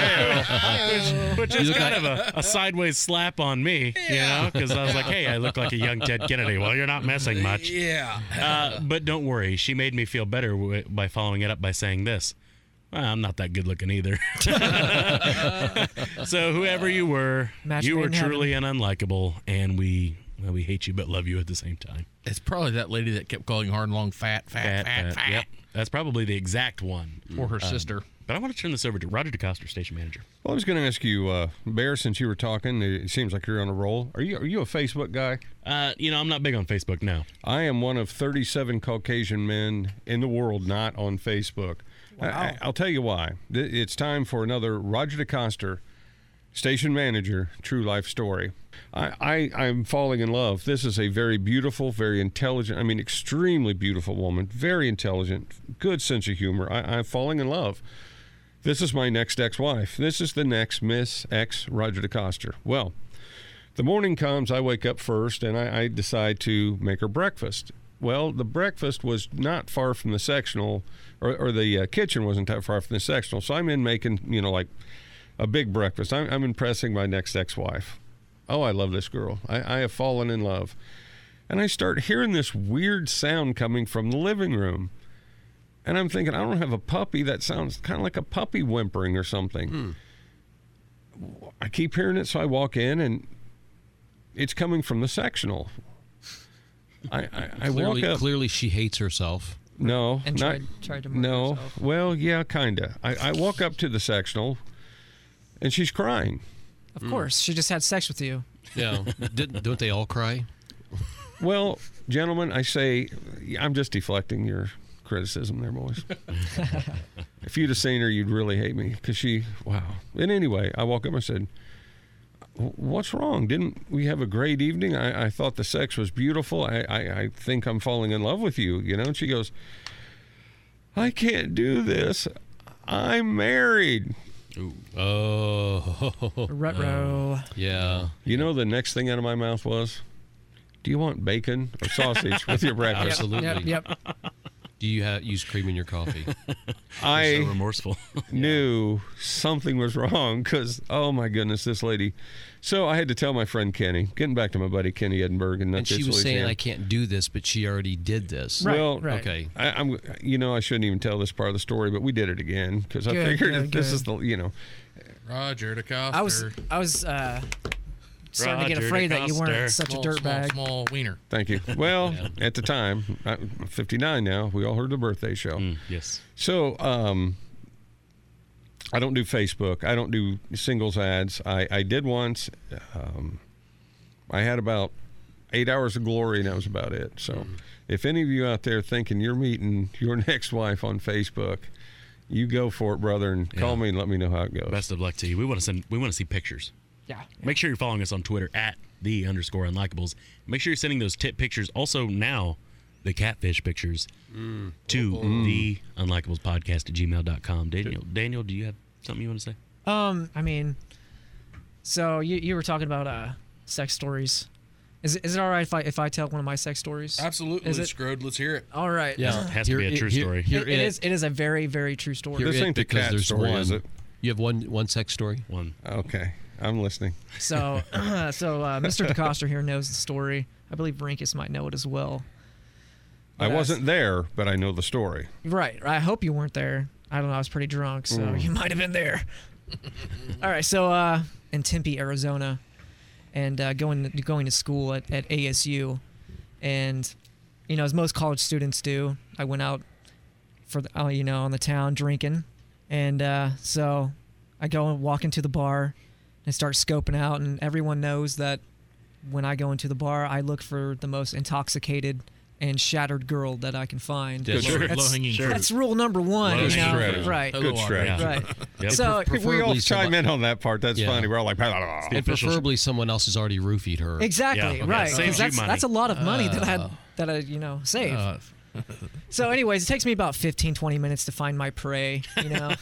[SPEAKER 2] which, which
[SPEAKER 1] You
[SPEAKER 2] is
[SPEAKER 1] look
[SPEAKER 2] kind
[SPEAKER 1] like-
[SPEAKER 2] of a, a sideways slap on me, you know, because I was like, hey, I look like a young Ted Kennedy. Well, you're not missing much.
[SPEAKER 3] Yeah.
[SPEAKER 2] Uh, but don't worry, she made me feel better w- by following it up by saying this. Well, I'm not that good looking either. *laughs* so whoever you were,
[SPEAKER 24] Match
[SPEAKER 2] you
[SPEAKER 24] made
[SPEAKER 2] were
[SPEAKER 24] in
[SPEAKER 2] truly an unlikable, and we Well, we hate you but love you at the same time.
[SPEAKER 3] It's probably that lady that kept calling hard and long fat, fat, fat, fat.
[SPEAKER 2] Yep, that's probably the exact one
[SPEAKER 3] Or her
[SPEAKER 2] Um,
[SPEAKER 3] sister.
[SPEAKER 2] But I want to turn this over to Roger DeCoster, station manager.
[SPEAKER 6] *laughs* Well, I was going to ask you, uh, Bear, since you were talking, it seems like you're on a roll. Are you are you a Facebook guy?
[SPEAKER 2] Uh, you know, I'm not big on Facebook now.
[SPEAKER 6] I am one of 37 Caucasian men in the world not on Facebook. I, will tell you why. Th- It's time for another Roger DeCoster, station manager, true life story. I, I, I'm falling in love. This is a very beautiful, very intelligent, I mean, extremely beautiful woman, very intelligent, good sense of humor. I, I'm falling in love. This is my next ex wife. This is the next Miss Ex Roger DeCoster. Well, the morning comes, I wake up first and I, I decide to make her breakfast. Well, the breakfast was not far from the sectional, or, or the uh, kitchen wasn't that far from the sectional. So I'm in making, you know, like a big breakfast. I'm, I'm impressing my next ex wife. Oh, I love this girl. I, I have fallen in love. And I start hearing this weird sound coming from the living room. And I'm thinking, I don't have a puppy. That sounds kind of like a puppy whimpering or something.
[SPEAKER 4] Hmm.
[SPEAKER 6] I keep hearing it, so I walk in, and it's coming from the sectional. I, I, I
[SPEAKER 4] *laughs* clearly,
[SPEAKER 6] walk up.
[SPEAKER 4] clearly, she hates herself.
[SPEAKER 6] No,
[SPEAKER 4] And
[SPEAKER 6] not,
[SPEAKER 4] tried- tried to murder
[SPEAKER 6] No, well, yeah, kinda. I, I walk up to the sectional, and she's crying.
[SPEAKER 3] Mm.
[SPEAKER 5] Of course, she just had sex with you.
[SPEAKER 4] Yeah. Did, don't they all cry?
[SPEAKER 6] Well, gentlemen, I say I'm just deflecting your criticism there, boys. if you'd have seen her, you'd really hate me because she, wow. And anyway, I walk up and I said, "What's wrong? Didn't we have a great evening? I, I thought the sex was beautiful. I, I, I think I'm falling in love with you, you know." And she goes, "I can't do this. I'm married." Oh,
[SPEAKER 5] *laughs* Ruh-roh.
[SPEAKER 6] yeah. You know the next thing out of my mouth was, "Do you want bacon or sausage with
[SPEAKER 4] *laughs*
[SPEAKER 6] your breakfast?"
[SPEAKER 4] Absolutely.
[SPEAKER 5] Yep.
[SPEAKER 4] Do you ha- use cream in your
[SPEAKER 6] *laughs*
[SPEAKER 4] coffee?
[SPEAKER 6] I
[SPEAKER 4] You're so remorseful. *laughs*
[SPEAKER 6] knew something was wrong because oh my goodness, this lady. So I had to tell my friend Kenny. Getting back to my buddy Kenny Edinburgh, and,
[SPEAKER 4] and she was saying, "I can't do this," but she already did this.
[SPEAKER 6] well,
[SPEAKER 4] Okay.
[SPEAKER 6] I, I'm, you know, I shouldn't even tell this part of the story, but we did it again because I
[SPEAKER 5] Good,
[SPEAKER 6] figured
[SPEAKER 5] good,
[SPEAKER 6] if this
[SPEAKER 5] good.
[SPEAKER 6] is the, you know,
[SPEAKER 3] Roger
[SPEAKER 5] *laughs*
[SPEAKER 3] DeCoster.
[SPEAKER 5] I was I was uh, starting to get afraid that you weren't such a
[SPEAKER 3] Small,
[SPEAKER 5] dirtbag.
[SPEAKER 3] Small, small wiener.
[SPEAKER 6] Thank you.
[SPEAKER 2] *laughs*
[SPEAKER 6] Well, at the time, I'm 59 now. We all heard the birthday show.
[SPEAKER 2] Mm, yes.
[SPEAKER 6] So, um, I don't do Facebook. I don't do singles ads. I, I did once. Um, I had about eight hours of glory, and that was about it. So,
[SPEAKER 2] Mm-hmm.
[SPEAKER 6] if any of you out there thinking you're meeting your *laughs* next wife on Facebook, you go for it, brother, and call me and let me know how it goes.
[SPEAKER 2] Best of luck to you. We want to send. We want to see pictures.
[SPEAKER 5] Yeah.
[SPEAKER 2] Make sure you're following us on Twitter at the underscore unlikables. Make sure you're sending those tip pictures. Also now, the catfish pictures to Mm.
[SPEAKER 6] Mm.
[SPEAKER 2] the unlikables podcast at gmail.com. Daniel, Daniel, do you have something you want to say?
[SPEAKER 5] Um, I mean, so you you were talking about uh sex stories. Is it, is it all right if I if I tell one of my sex stories?
[SPEAKER 3] Absolutely,
[SPEAKER 5] Is it?
[SPEAKER 3] Scrode. Let's hear it.
[SPEAKER 5] All right.
[SPEAKER 4] Yeah, Has to be a here- true here- story. here
[SPEAKER 5] It-
[SPEAKER 4] it-
[SPEAKER 5] it is. It is a very very true story.
[SPEAKER 4] You're it because there's one. You have one one sex story.
[SPEAKER 2] One.
[SPEAKER 6] Okay, I'm listening. *laughs*
[SPEAKER 5] So, *laughs* so uh, Mr. DeCoster here knows the story. I believe Rinkus might know it as well.
[SPEAKER 6] I
[SPEAKER 5] But, uh,
[SPEAKER 6] wasn't there, but I know the story.
[SPEAKER 5] Right. I hope you weren't there. I don't know. I was pretty drunk, so
[SPEAKER 6] Mm.
[SPEAKER 5] you might have been there. All right. So uh, in Tempe, Arizona, and uh, going going to school at, at ASU, and you know as most college students do, I went out for the, oh, you know on the town drinking, and uh, so I go and walk into the bar and start scoping out, and everyone knows that when I go into the bar, I look for the most intoxicated and shattered girl that I can find.
[SPEAKER 3] Good Sure.
[SPEAKER 5] That's-
[SPEAKER 3] Low-hanging fruit.
[SPEAKER 5] That's rule number one. you
[SPEAKER 6] Good
[SPEAKER 5] know?
[SPEAKER 6] strategy.
[SPEAKER 5] Right.
[SPEAKER 6] Good strategy.
[SPEAKER 2] *laughs*
[SPEAKER 5] Right.
[SPEAKER 6] Yep.
[SPEAKER 5] So
[SPEAKER 6] Pre- we all chime in on that part. That's
[SPEAKER 4] Yeah.
[SPEAKER 6] funny. We're all like,
[SPEAKER 4] And preferably someone else has already roofied her.
[SPEAKER 5] Exactly. Right. 'cause that's, that's a lot of money that I
[SPEAKER 4] Uh,
[SPEAKER 5] had, that I you know saved. *laughs* so, anyways, it takes me about 15, 20 minutes to find my prey. You know.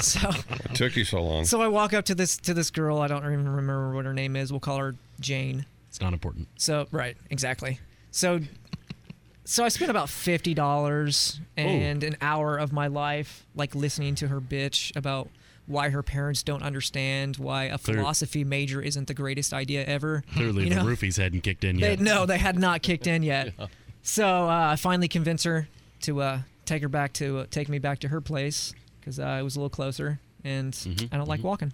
[SPEAKER 5] so.
[SPEAKER 6] It took you so long.
[SPEAKER 5] So I walk up to this to this girl. I don't even remember what her name is. We'll call her Jane.
[SPEAKER 2] It's not important.
[SPEAKER 5] So right, exactly. So, so I spent about fifty dollars
[SPEAKER 2] Oh.
[SPEAKER 5] and an hour of my life like listening to her bitch about why her parents don't understand why a
[SPEAKER 2] Clear-
[SPEAKER 5] philosophy major isn't the greatest idea ever.
[SPEAKER 2] Clearly,
[SPEAKER 5] You
[SPEAKER 2] the
[SPEAKER 5] know?
[SPEAKER 2] roofies hadn't kicked in
[SPEAKER 5] They,
[SPEAKER 2] yet.
[SPEAKER 5] no, they had not kicked in
[SPEAKER 2] *laughs*
[SPEAKER 5] yet. So uh, I finally convinced her to uh, take her back to uh, take me back to her place because uh, it was a little closer, and
[SPEAKER 2] Mm-hmm.
[SPEAKER 5] I don't like walking.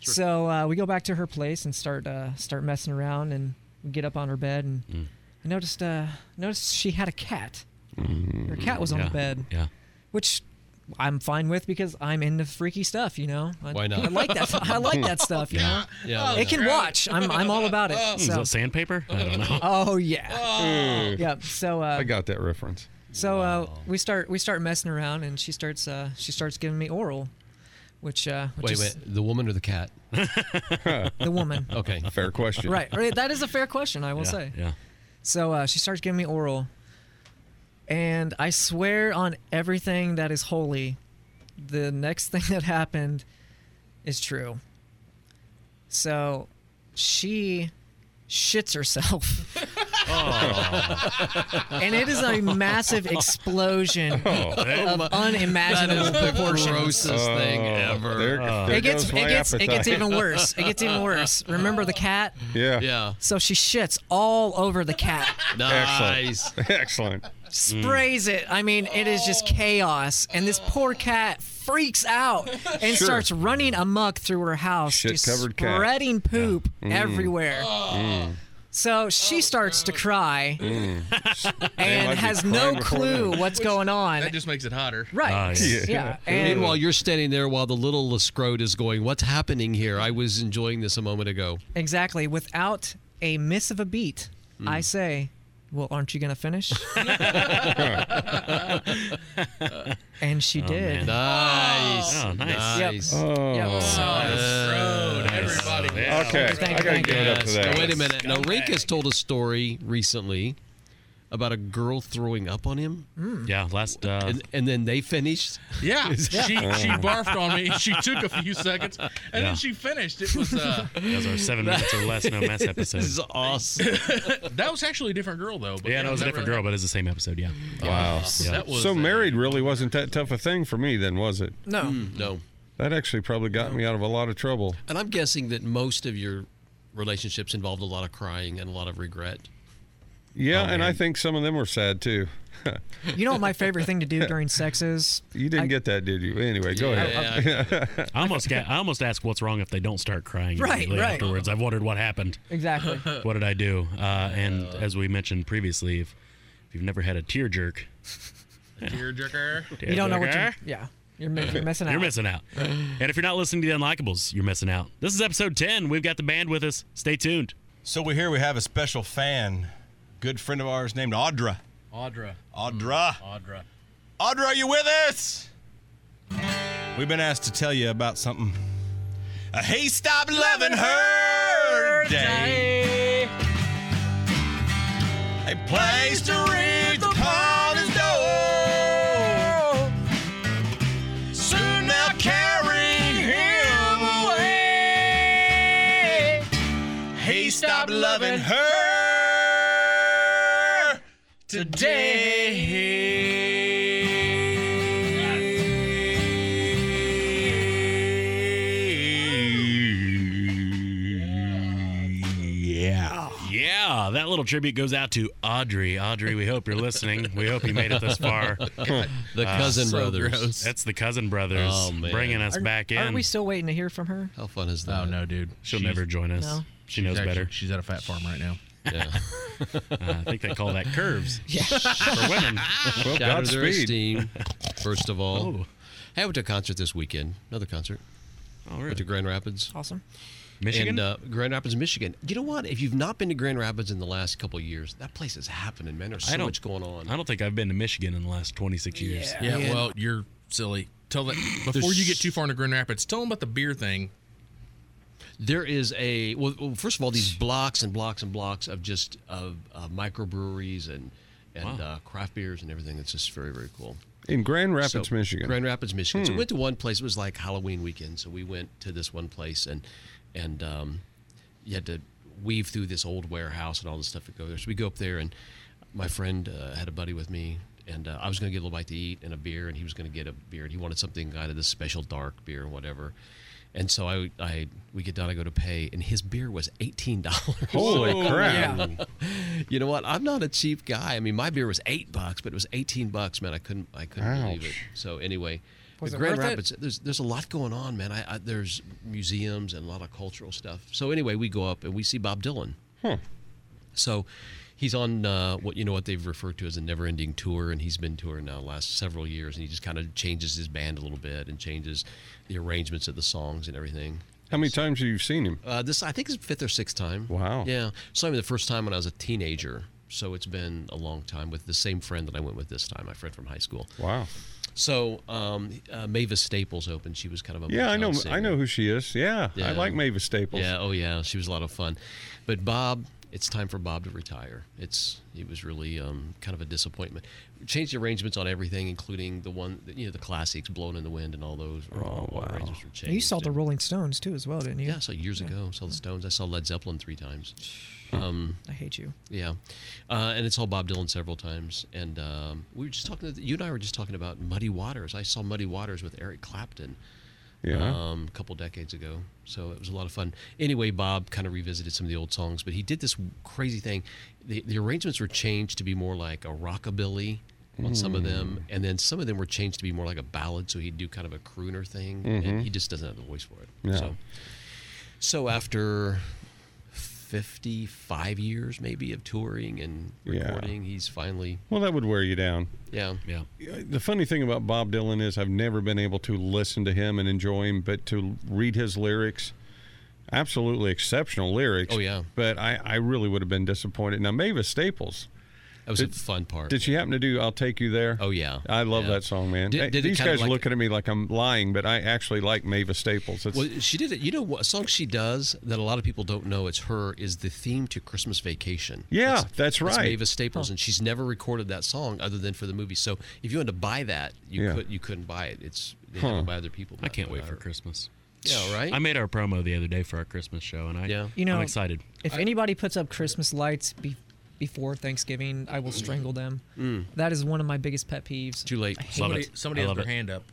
[SPEAKER 5] So uh, we go back to her place and start uh, start messing around, and get up on her bed and
[SPEAKER 2] Mm.
[SPEAKER 5] I noticed uh, noticed she had a cat. Her cat was on
[SPEAKER 2] Mm, Yeah,
[SPEAKER 5] the bed.
[SPEAKER 2] yeah.
[SPEAKER 5] Which I'm fine with because I'm into freaky stuff, you know. I,
[SPEAKER 2] Why not?
[SPEAKER 5] I like that. I like
[SPEAKER 2] *laughs*
[SPEAKER 5] that stuff. You
[SPEAKER 2] Yeah.
[SPEAKER 5] know.
[SPEAKER 2] Yeah.
[SPEAKER 5] it can watch. I'm I'm all about it.
[SPEAKER 2] Is
[SPEAKER 5] So.
[SPEAKER 2] that sandpaper?
[SPEAKER 6] *laughs*
[SPEAKER 2] I don't know.
[SPEAKER 5] *laughs* Oh yeah.
[SPEAKER 6] Oh.
[SPEAKER 5] Yeah. So uh,
[SPEAKER 6] I got that reference.
[SPEAKER 5] so uh, we start we start messing around, and she starts uh, she starts giving me oral, which, uh, which
[SPEAKER 4] Wait,
[SPEAKER 5] is
[SPEAKER 4] wait. The woman or the cat?
[SPEAKER 5] the woman.
[SPEAKER 4] Okay.
[SPEAKER 6] Fair question.
[SPEAKER 5] Right, right. That is a fair question. I will
[SPEAKER 4] Yeah,
[SPEAKER 5] say.
[SPEAKER 4] yeah.
[SPEAKER 5] So uh, she starts giving me oral, and I swear on everything that is holy, the next *laughs* thing that happened is true. So she
[SPEAKER 21] *laughs*
[SPEAKER 5] shits herself. and it is a massive explosion
[SPEAKER 21] Oh.
[SPEAKER 5] of unimaginable
[SPEAKER 21] That is the
[SPEAKER 5] proportions.
[SPEAKER 21] grossest thing Oh, ever. there- there
[SPEAKER 5] it gets
[SPEAKER 21] goes
[SPEAKER 5] it
[SPEAKER 21] my
[SPEAKER 5] gets it gets
[SPEAKER 21] appetite.
[SPEAKER 5] even worse. It gets even worse. Remember the cat?
[SPEAKER 6] Yeah.
[SPEAKER 4] Yeah.
[SPEAKER 5] So she shits all over the cat.
[SPEAKER 6] Excellent. *laughs* Excellent.
[SPEAKER 5] Sprays it. I mean, it is just chaos. And this poor cat freaks out and
[SPEAKER 6] Sure.
[SPEAKER 5] starts running amok through her house, just
[SPEAKER 6] Shit-covered Mm. cat.
[SPEAKER 5] spreading poop
[SPEAKER 6] Mm.
[SPEAKER 5] everywhere.
[SPEAKER 6] Mm.
[SPEAKER 5] So she starts to
[SPEAKER 3] *laughs*
[SPEAKER 5] cry
[SPEAKER 6] Mm.
[SPEAKER 5] and
[SPEAKER 3] I'd be
[SPEAKER 5] has no
[SPEAKER 3] crying before
[SPEAKER 5] clue
[SPEAKER 3] then.
[SPEAKER 5] what's going on.
[SPEAKER 3] That just makes it hotter.
[SPEAKER 5] Right. Ah, yeah. Yeah, and-
[SPEAKER 4] Meanwhile, you're standing there while the little Lescroat is going, What's happening here? I was enjoying this a moment ago.
[SPEAKER 5] Exactly. Without a miss of a beat,
[SPEAKER 4] Mm.
[SPEAKER 5] I say, "Well, aren't you gonna finish?" and she
[SPEAKER 21] Oh, man.
[SPEAKER 5] did.
[SPEAKER 21] Nice. Oh, nice.
[SPEAKER 5] Yep.
[SPEAKER 21] Nice.
[SPEAKER 5] Yep.
[SPEAKER 21] Oh,
[SPEAKER 5] So-
[SPEAKER 4] Uh,
[SPEAKER 21] everybody.
[SPEAKER 6] Okay, I gotta give it up to
[SPEAKER 4] Yes.
[SPEAKER 6] that.
[SPEAKER 4] Now, wait a minute. Now, Rink has told a story recently about a girl throwing up on him.
[SPEAKER 5] Mm.
[SPEAKER 2] Yeah, last. Uh,
[SPEAKER 4] and, and then they finished. *laughs*
[SPEAKER 3] Yeah, she she barfed on me. She took a few seconds, and
[SPEAKER 4] Yeah.
[SPEAKER 3] then she finished. It was uh,
[SPEAKER 2] That was our seven minutes or less
[SPEAKER 5] *laughs*
[SPEAKER 2] no mess episode.
[SPEAKER 4] This is awesome.
[SPEAKER 3] *laughs* that was actually a different girl though. But
[SPEAKER 2] yeah, no, it was a different girl, but it's the same episode. Yeah.
[SPEAKER 6] Wow.
[SPEAKER 2] Yeah.
[SPEAKER 6] so married really wasn't that tough a thing for me then, was it? Mm.
[SPEAKER 5] No.
[SPEAKER 4] Mm, no.
[SPEAKER 6] That actually probably got me out of a lot of trouble.
[SPEAKER 4] And I'm guessing that most of your relationships involved a lot of crying and a lot of
[SPEAKER 2] *laughs*
[SPEAKER 4] regret.
[SPEAKER 6] Yeah,
[SPEAKER 4] Oh,
[SPEAKER 6] and I think some of them were sad too. *laughs*
[SPEAKER 5] You know what my favorite thing to do during sex is?
[SPEAKER 6] you didn't get that, did you? Anyway, go
[SPEAKER 2] Yeah,
[SPEAKER 6] ahead.
[SPEAKER 2] *laughs* I almost got, I almost ask what's wrong if they don't start crying
[SPEAKER 5] Right,
[SPEAKER 2] immediately
[SPEAKER 5] right.
[SPEAKER 2] afterwards. I've wondered what happened.
[SPEAKER 5] Exactly.
[SPEAKER 2] What did I do? Uh, and as we mentioned previously, if, if you've never had a tear jerk,
[SPEAKER 3] Tearjerker.
[SPEAKER 5] You don't know what you're. Yeah, you're, mi- you're missing out.
[SPEAKER 2] You're missing out. And if you're not listening to the Unlikables, you're missing out. This is episode 10. We've got the band with us. Stay tuned.
[SPEAKER 20] So we're here. We have a special fan, good friend of ours named Audra.
[SPEAKER 3] Audra.
[SPEAKER 20] Audra.
[SPEAKER 3] Audra.
[SPEAKER 20] Audra, are you with us? We've been asked to tell you about something. A Hey Stop Loving Her Day. A place to reach upon his door. Soon they'll carry him away. Hey Stop Loving Her Today. Yeah.
[SPEAKER 2] Yeah, that little tribute goes out to Audrey. Audrey, we hope you're listening. We hope you made it this far. Uh,
[SPEAKER 4] God, the cousin So brothers. gross.
[SPEAKER 2] That's the cousin brothers
[SPEAKER 4] Oh, man.
[SPEAKER 2] bringing us
[SPEAKER 5] Aren't-
[SPEAKER 2] back in.
[SPEAKER 5] Aren't we still waiting to hear from her?
[SPEAKER 4] How fun is that? Oh, no,
[SPEAKER 3] dude.
[SPEAKER 2] She'll never join us.
[SPEAKER 5] No.
[SPEAKER 2] She knows
[SPEAKER 3] She's actually-
[SPEAKER 2] better. Uh,
[SPEAKER 3] She's at a fat farm right now.
[SPEAKER 2] *laughs*
[SPEAKER 4] Yeah.
[SPEAKER 2] I think they call that curves *laughs* for women.
[SPEAKER 4] Shatter their esteem, first of all. Hey, I went to a concert this weekend. Another concert.
[SPEAKER 2] Oh,
[SPEAKER 4] Went to Grand Rapids.
[SPEAKER 5] Awesome.
[SPEAKER 2] Michigan?
[SPEAKER 4] And, uh, Grand Rapids, Michigan. You know what? If you've not been to Grand Rapids in the last couple of years, that place is happening, man. There's so
[SPEAKER 2] I don't-
[SPEAKER 4] much going on.
[SPEAKER 2] I don't think I've been to Michigan in the last 26 years.
[SPEAKER 3] Yeah, well, you're silly. Tell that before you get too far into Grand Rapids. Tell them about the beer thing.
[SPEAKER 4] There is a well. well, First of all, these blocks and blocks and blocks of just of uh, microbreweries and and uh, craft beers and everything. It's just very very cool.
[SPEAKER 6] In Grand Rapids, Michigan.
[SPEAKER 4] Grand Rapids, Michigan. So
[SPEAKER 6] Hmm.
[SPEAKER 4] we went to one place. It was like Halloween weekend, so we went to this one place and and um, you had to weave through this old warehouse and all this stuff to go there. So we go up there and my friend uh, had a buddy with me. And uh, I was going to get a little bite to eat and a beer, and he was going to get a beer. And he wanted something kind of this special dark beer or whatever. And so I, I, we get down, I go to pay, and his beer was eighteen dollars.
[SPEAKER 6] Holy Whoa. crap.
[SPEAKER 4] *laughs* you know what? I'm not a cheap guy. I mean, my beer was eight bucks, but it was eighteen bucks, man. I couldn't, I couldn't believe it. So anyway,
[SPEAKER 25] Was
[SPEAKER 4] but
[SPEAKER 25] it
[SPEAKER 4] Grand
[SPEAKER 25] worth it?
[SPEAKER 4] Rapids, there's there's a lot going on, man. I, I there's museums and a lot of cultural stuff. So anyway, we go up and we see Bob Dylan. So he's on uh, what you know what they've referred to as a never-ending tour, and he's been touring now the last several years, and he just kind of changes his band a little bit and changes the arrangements of the songs and everything.
[SPEAKER 6] How many times have you seen him?
[SPEAKER 4] Uh, this I think is fifth or sixth time.
[SPEAKER 6] Wow.
[SPEAKER 4] Yeah, saw him the first time when I was a teenager, so it's been a long time with the same friend that I went with this time, my friend from high school.
[SPEAKER 6] Wow.
[SPEAKER 4] So um, uh, Mavis Staples opened. She was kind of a
[SPEAKER 6] Yeah, I know.
[SPEAKER 4] Motown
[SPEAKER 6] I
[SPEAKER 4] singer.
[SPEAKER 6] know who she is. Yeah, I like Mavis Staples.
[SPEAKER 4] Yeah, oh yeah, she was a lot of fun. But Bob, it's time for Bob to retire. It's it was really um, kind of a disappointment. Changed the arrangements on everything, including the one you know the classics, "Blown in the Wind" and all those. Oh all wow! Arrangements were changed.
[SPEAKER 5] You saw the Rolling Stones too, as well, didn't you?
[SPEAKER 4] Yeah, I saw years ago. Saw the Stones. I saw Led Zeppelin three times. Um,
[SPEAKER 5] I hate you.
[SPEAKER 4] Yeah, uh, and it's all Bob Dylan several times. And um, we were just talking. You and I were just talking about Muddy Waters. I saw Muddy Waters with Eric Clapton.
[SPEAKER 6] Yeah.
[SPEAKER 4] Um, a couple decades ago, so it was a lot of fun. Anyway, Bob kind of revisited some of the old songs, but he did this crazy thing. The, the arrangements were changed to be more like a rockabilly on some of them, and then some of them were changed to be more like a ballad. So he'd do kind of a crooner thing,
[SPEAKER 6] Mhm.
[SPEAKER 4] and he just doesn't have the voice for it.
[SPEAKER 6] Yeah.
[SPEAKER 4] So, so after 55 years maybe of touring and
[SPEAKER 6] Yeah.
[SPEAKER 4] recording, he's finally
[SPEAKER 6] Well, that would wear you down.
[SPEAKER 4] yeah yeah
[SPEAKER 6] The funny thing about Bob Dylan is I've never been able to listen to him and enjoy him, but to read his lyrics, absolutely exceptional lyrics.
[SPEAKER 4] Oh, yeah.
[SPEAKER 6] But I, I really would have been disappointed. Now Mavis Staples.
[SPEAKER 4] That was a fun part.
[SPEAKER 6] Did she happen to do "I'll Take You There"?
[SPEAKER 4] Oh yeah,
[SPEAKER 6] I love
[SPEAKER 4] Yeah.
[SPEAKER 6] that song, man.
[SPEAKER 4] Did-
[SPEAKER 6] Hey,
[SPEAKER 4] did it
[SPEAKER 6] These
[SPEAKER 4] kinda
[SPEAKER 6] guys
[SPEAKER 4] like-
[SPEAKER 6] looking at me like I'm lying, but I actually like Mavis Staples. It's,
[SPEAKER 4] Well, she did it. You know what a song she does that a lot of people don't know. It's her is the theme to Christmas Vacation.
[SPEAKER 6] Yeah, that's right.
[SPEAKER 4] Mavis Staples, and she's never recorded that song other than for the movie. So if you wanted to buy that, you
[SPEAKER 2] Yeah.
[SPEAKER 4] could you couldn't buy it. It's they
[SPEAKER 2] Huh.
[SPEAKER 4] have it by other people.
[SPEAKER 2] I can't wait for Christmas.
[SPEAKER 4] Yeah, right?
[SPEAKER 2] I made our promo the other day for our Christmas show, and I,
[SPEAKER 4] Yeah.
[SPEAKER 5] You know,
[SPEAKER 2] I'm excited.
[SPEAKER 5] If anybody puts up Christmas lights be- before Thanksgiving, I will strangle them.
[SPEAKER 2] Mm.
[SPEAKER 5] That is one of my biggest pet peeves.
[SPEAKER 2] Too late.
[SPEAKER 5] I hate
[SPEAKER 2] Love
[SPEAKER 5] it.
[SPEAKER 2] it. I love it.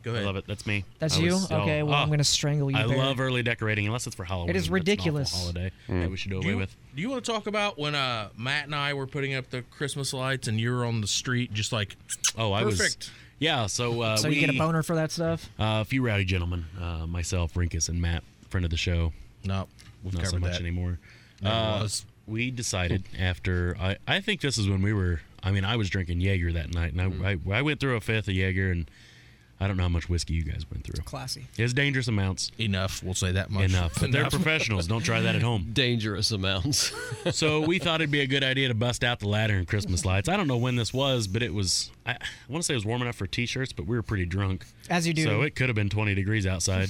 [SPEAKER 2] I love it. That's me.
[SPEAKER 5] That's
[SPEAKER 2] I
[SPEAKER 5] you?
[SPEAKER 2] was so-
[SPEAKER 5] Okay, well, I'm
[SPEAKER 2] Ah.
[SPEAKER 5] gonna strangle you,
[SPEAKER 2] I
[SPEAKER 5] Barry.
[SPEAKER 2] love early decorating, unless it's for Halloween.
[SPEAKER 5] is
[SPEAKER 2] That's an awful
[SPEAKER 5] ridiculous. Mm.
[SPEAKER 2] holiday that we should do
[SPEAKER 3] Do
[SPEAKER 2] away
[SPEAKER 3] you,
[SPEAKER 2] with.
[SPEAKER 3] do you want to talk about when uh, Matt and I were putting up the Christmas lights and you were on the street just like,
[SPEAKER 2] oh, I was-
[SPEAKER 3] perfect.
[SPEAKER 2] Yeah. So, uh,
[SPEAKER 5] so you get a
[SPEAKER 2] we-
[SPEAKER 5] boner for that stuff?
[SPEAKER 2] Uh, a few rowdy gentlemen, uh, myself, Rinkus, and Matt, friend of the show.
[SPEAKER 3] No, we've
[SPEAKER 2] not so
[SPEAKER 3] covered
[SPEAKER 2] much
[SPEAKER 3] that.
[SPEAKER 2] anymore.
[SPEAKER 3] Never
[SPEAKER 2] Uh,
[SPEAKER 3] was.
[SPEAKER 2] We *laughs* decided after I, I think this is when we were. I mean, I was drinking Jaeger that night, and I,
[SPEAKER 3] Mm.
[SPEAKER 2] I, I went through a fifth of Jaeger, and I don't know how much whiskey you guys went through.
[SPEAKER 5] Classy.
[SPEAKER 2] It's dangerous amounts.
[SPEAKER 3] Enough. We'll say that much.
[SPEAKER 2] Enough. But they're
[SPEAKER 3] Enough.
[SPEAKER 2] professionals. Don't try that
[SPEAKER 3] *laughs*
[SPEAKER 2] at home.
[SPEAKER 4] Dangerous amounts.
[SPEAKER 2] so we thought it'd be a good idea to bust out the ladder and Christmas lights. I don't know when this was, but it was. I, I want to say it was warm enough for t-shirts, but we were pretty drunk.
[SPEAKER 5] As you do.
[SPEAKER 2] So it could have been 20 degrees outside.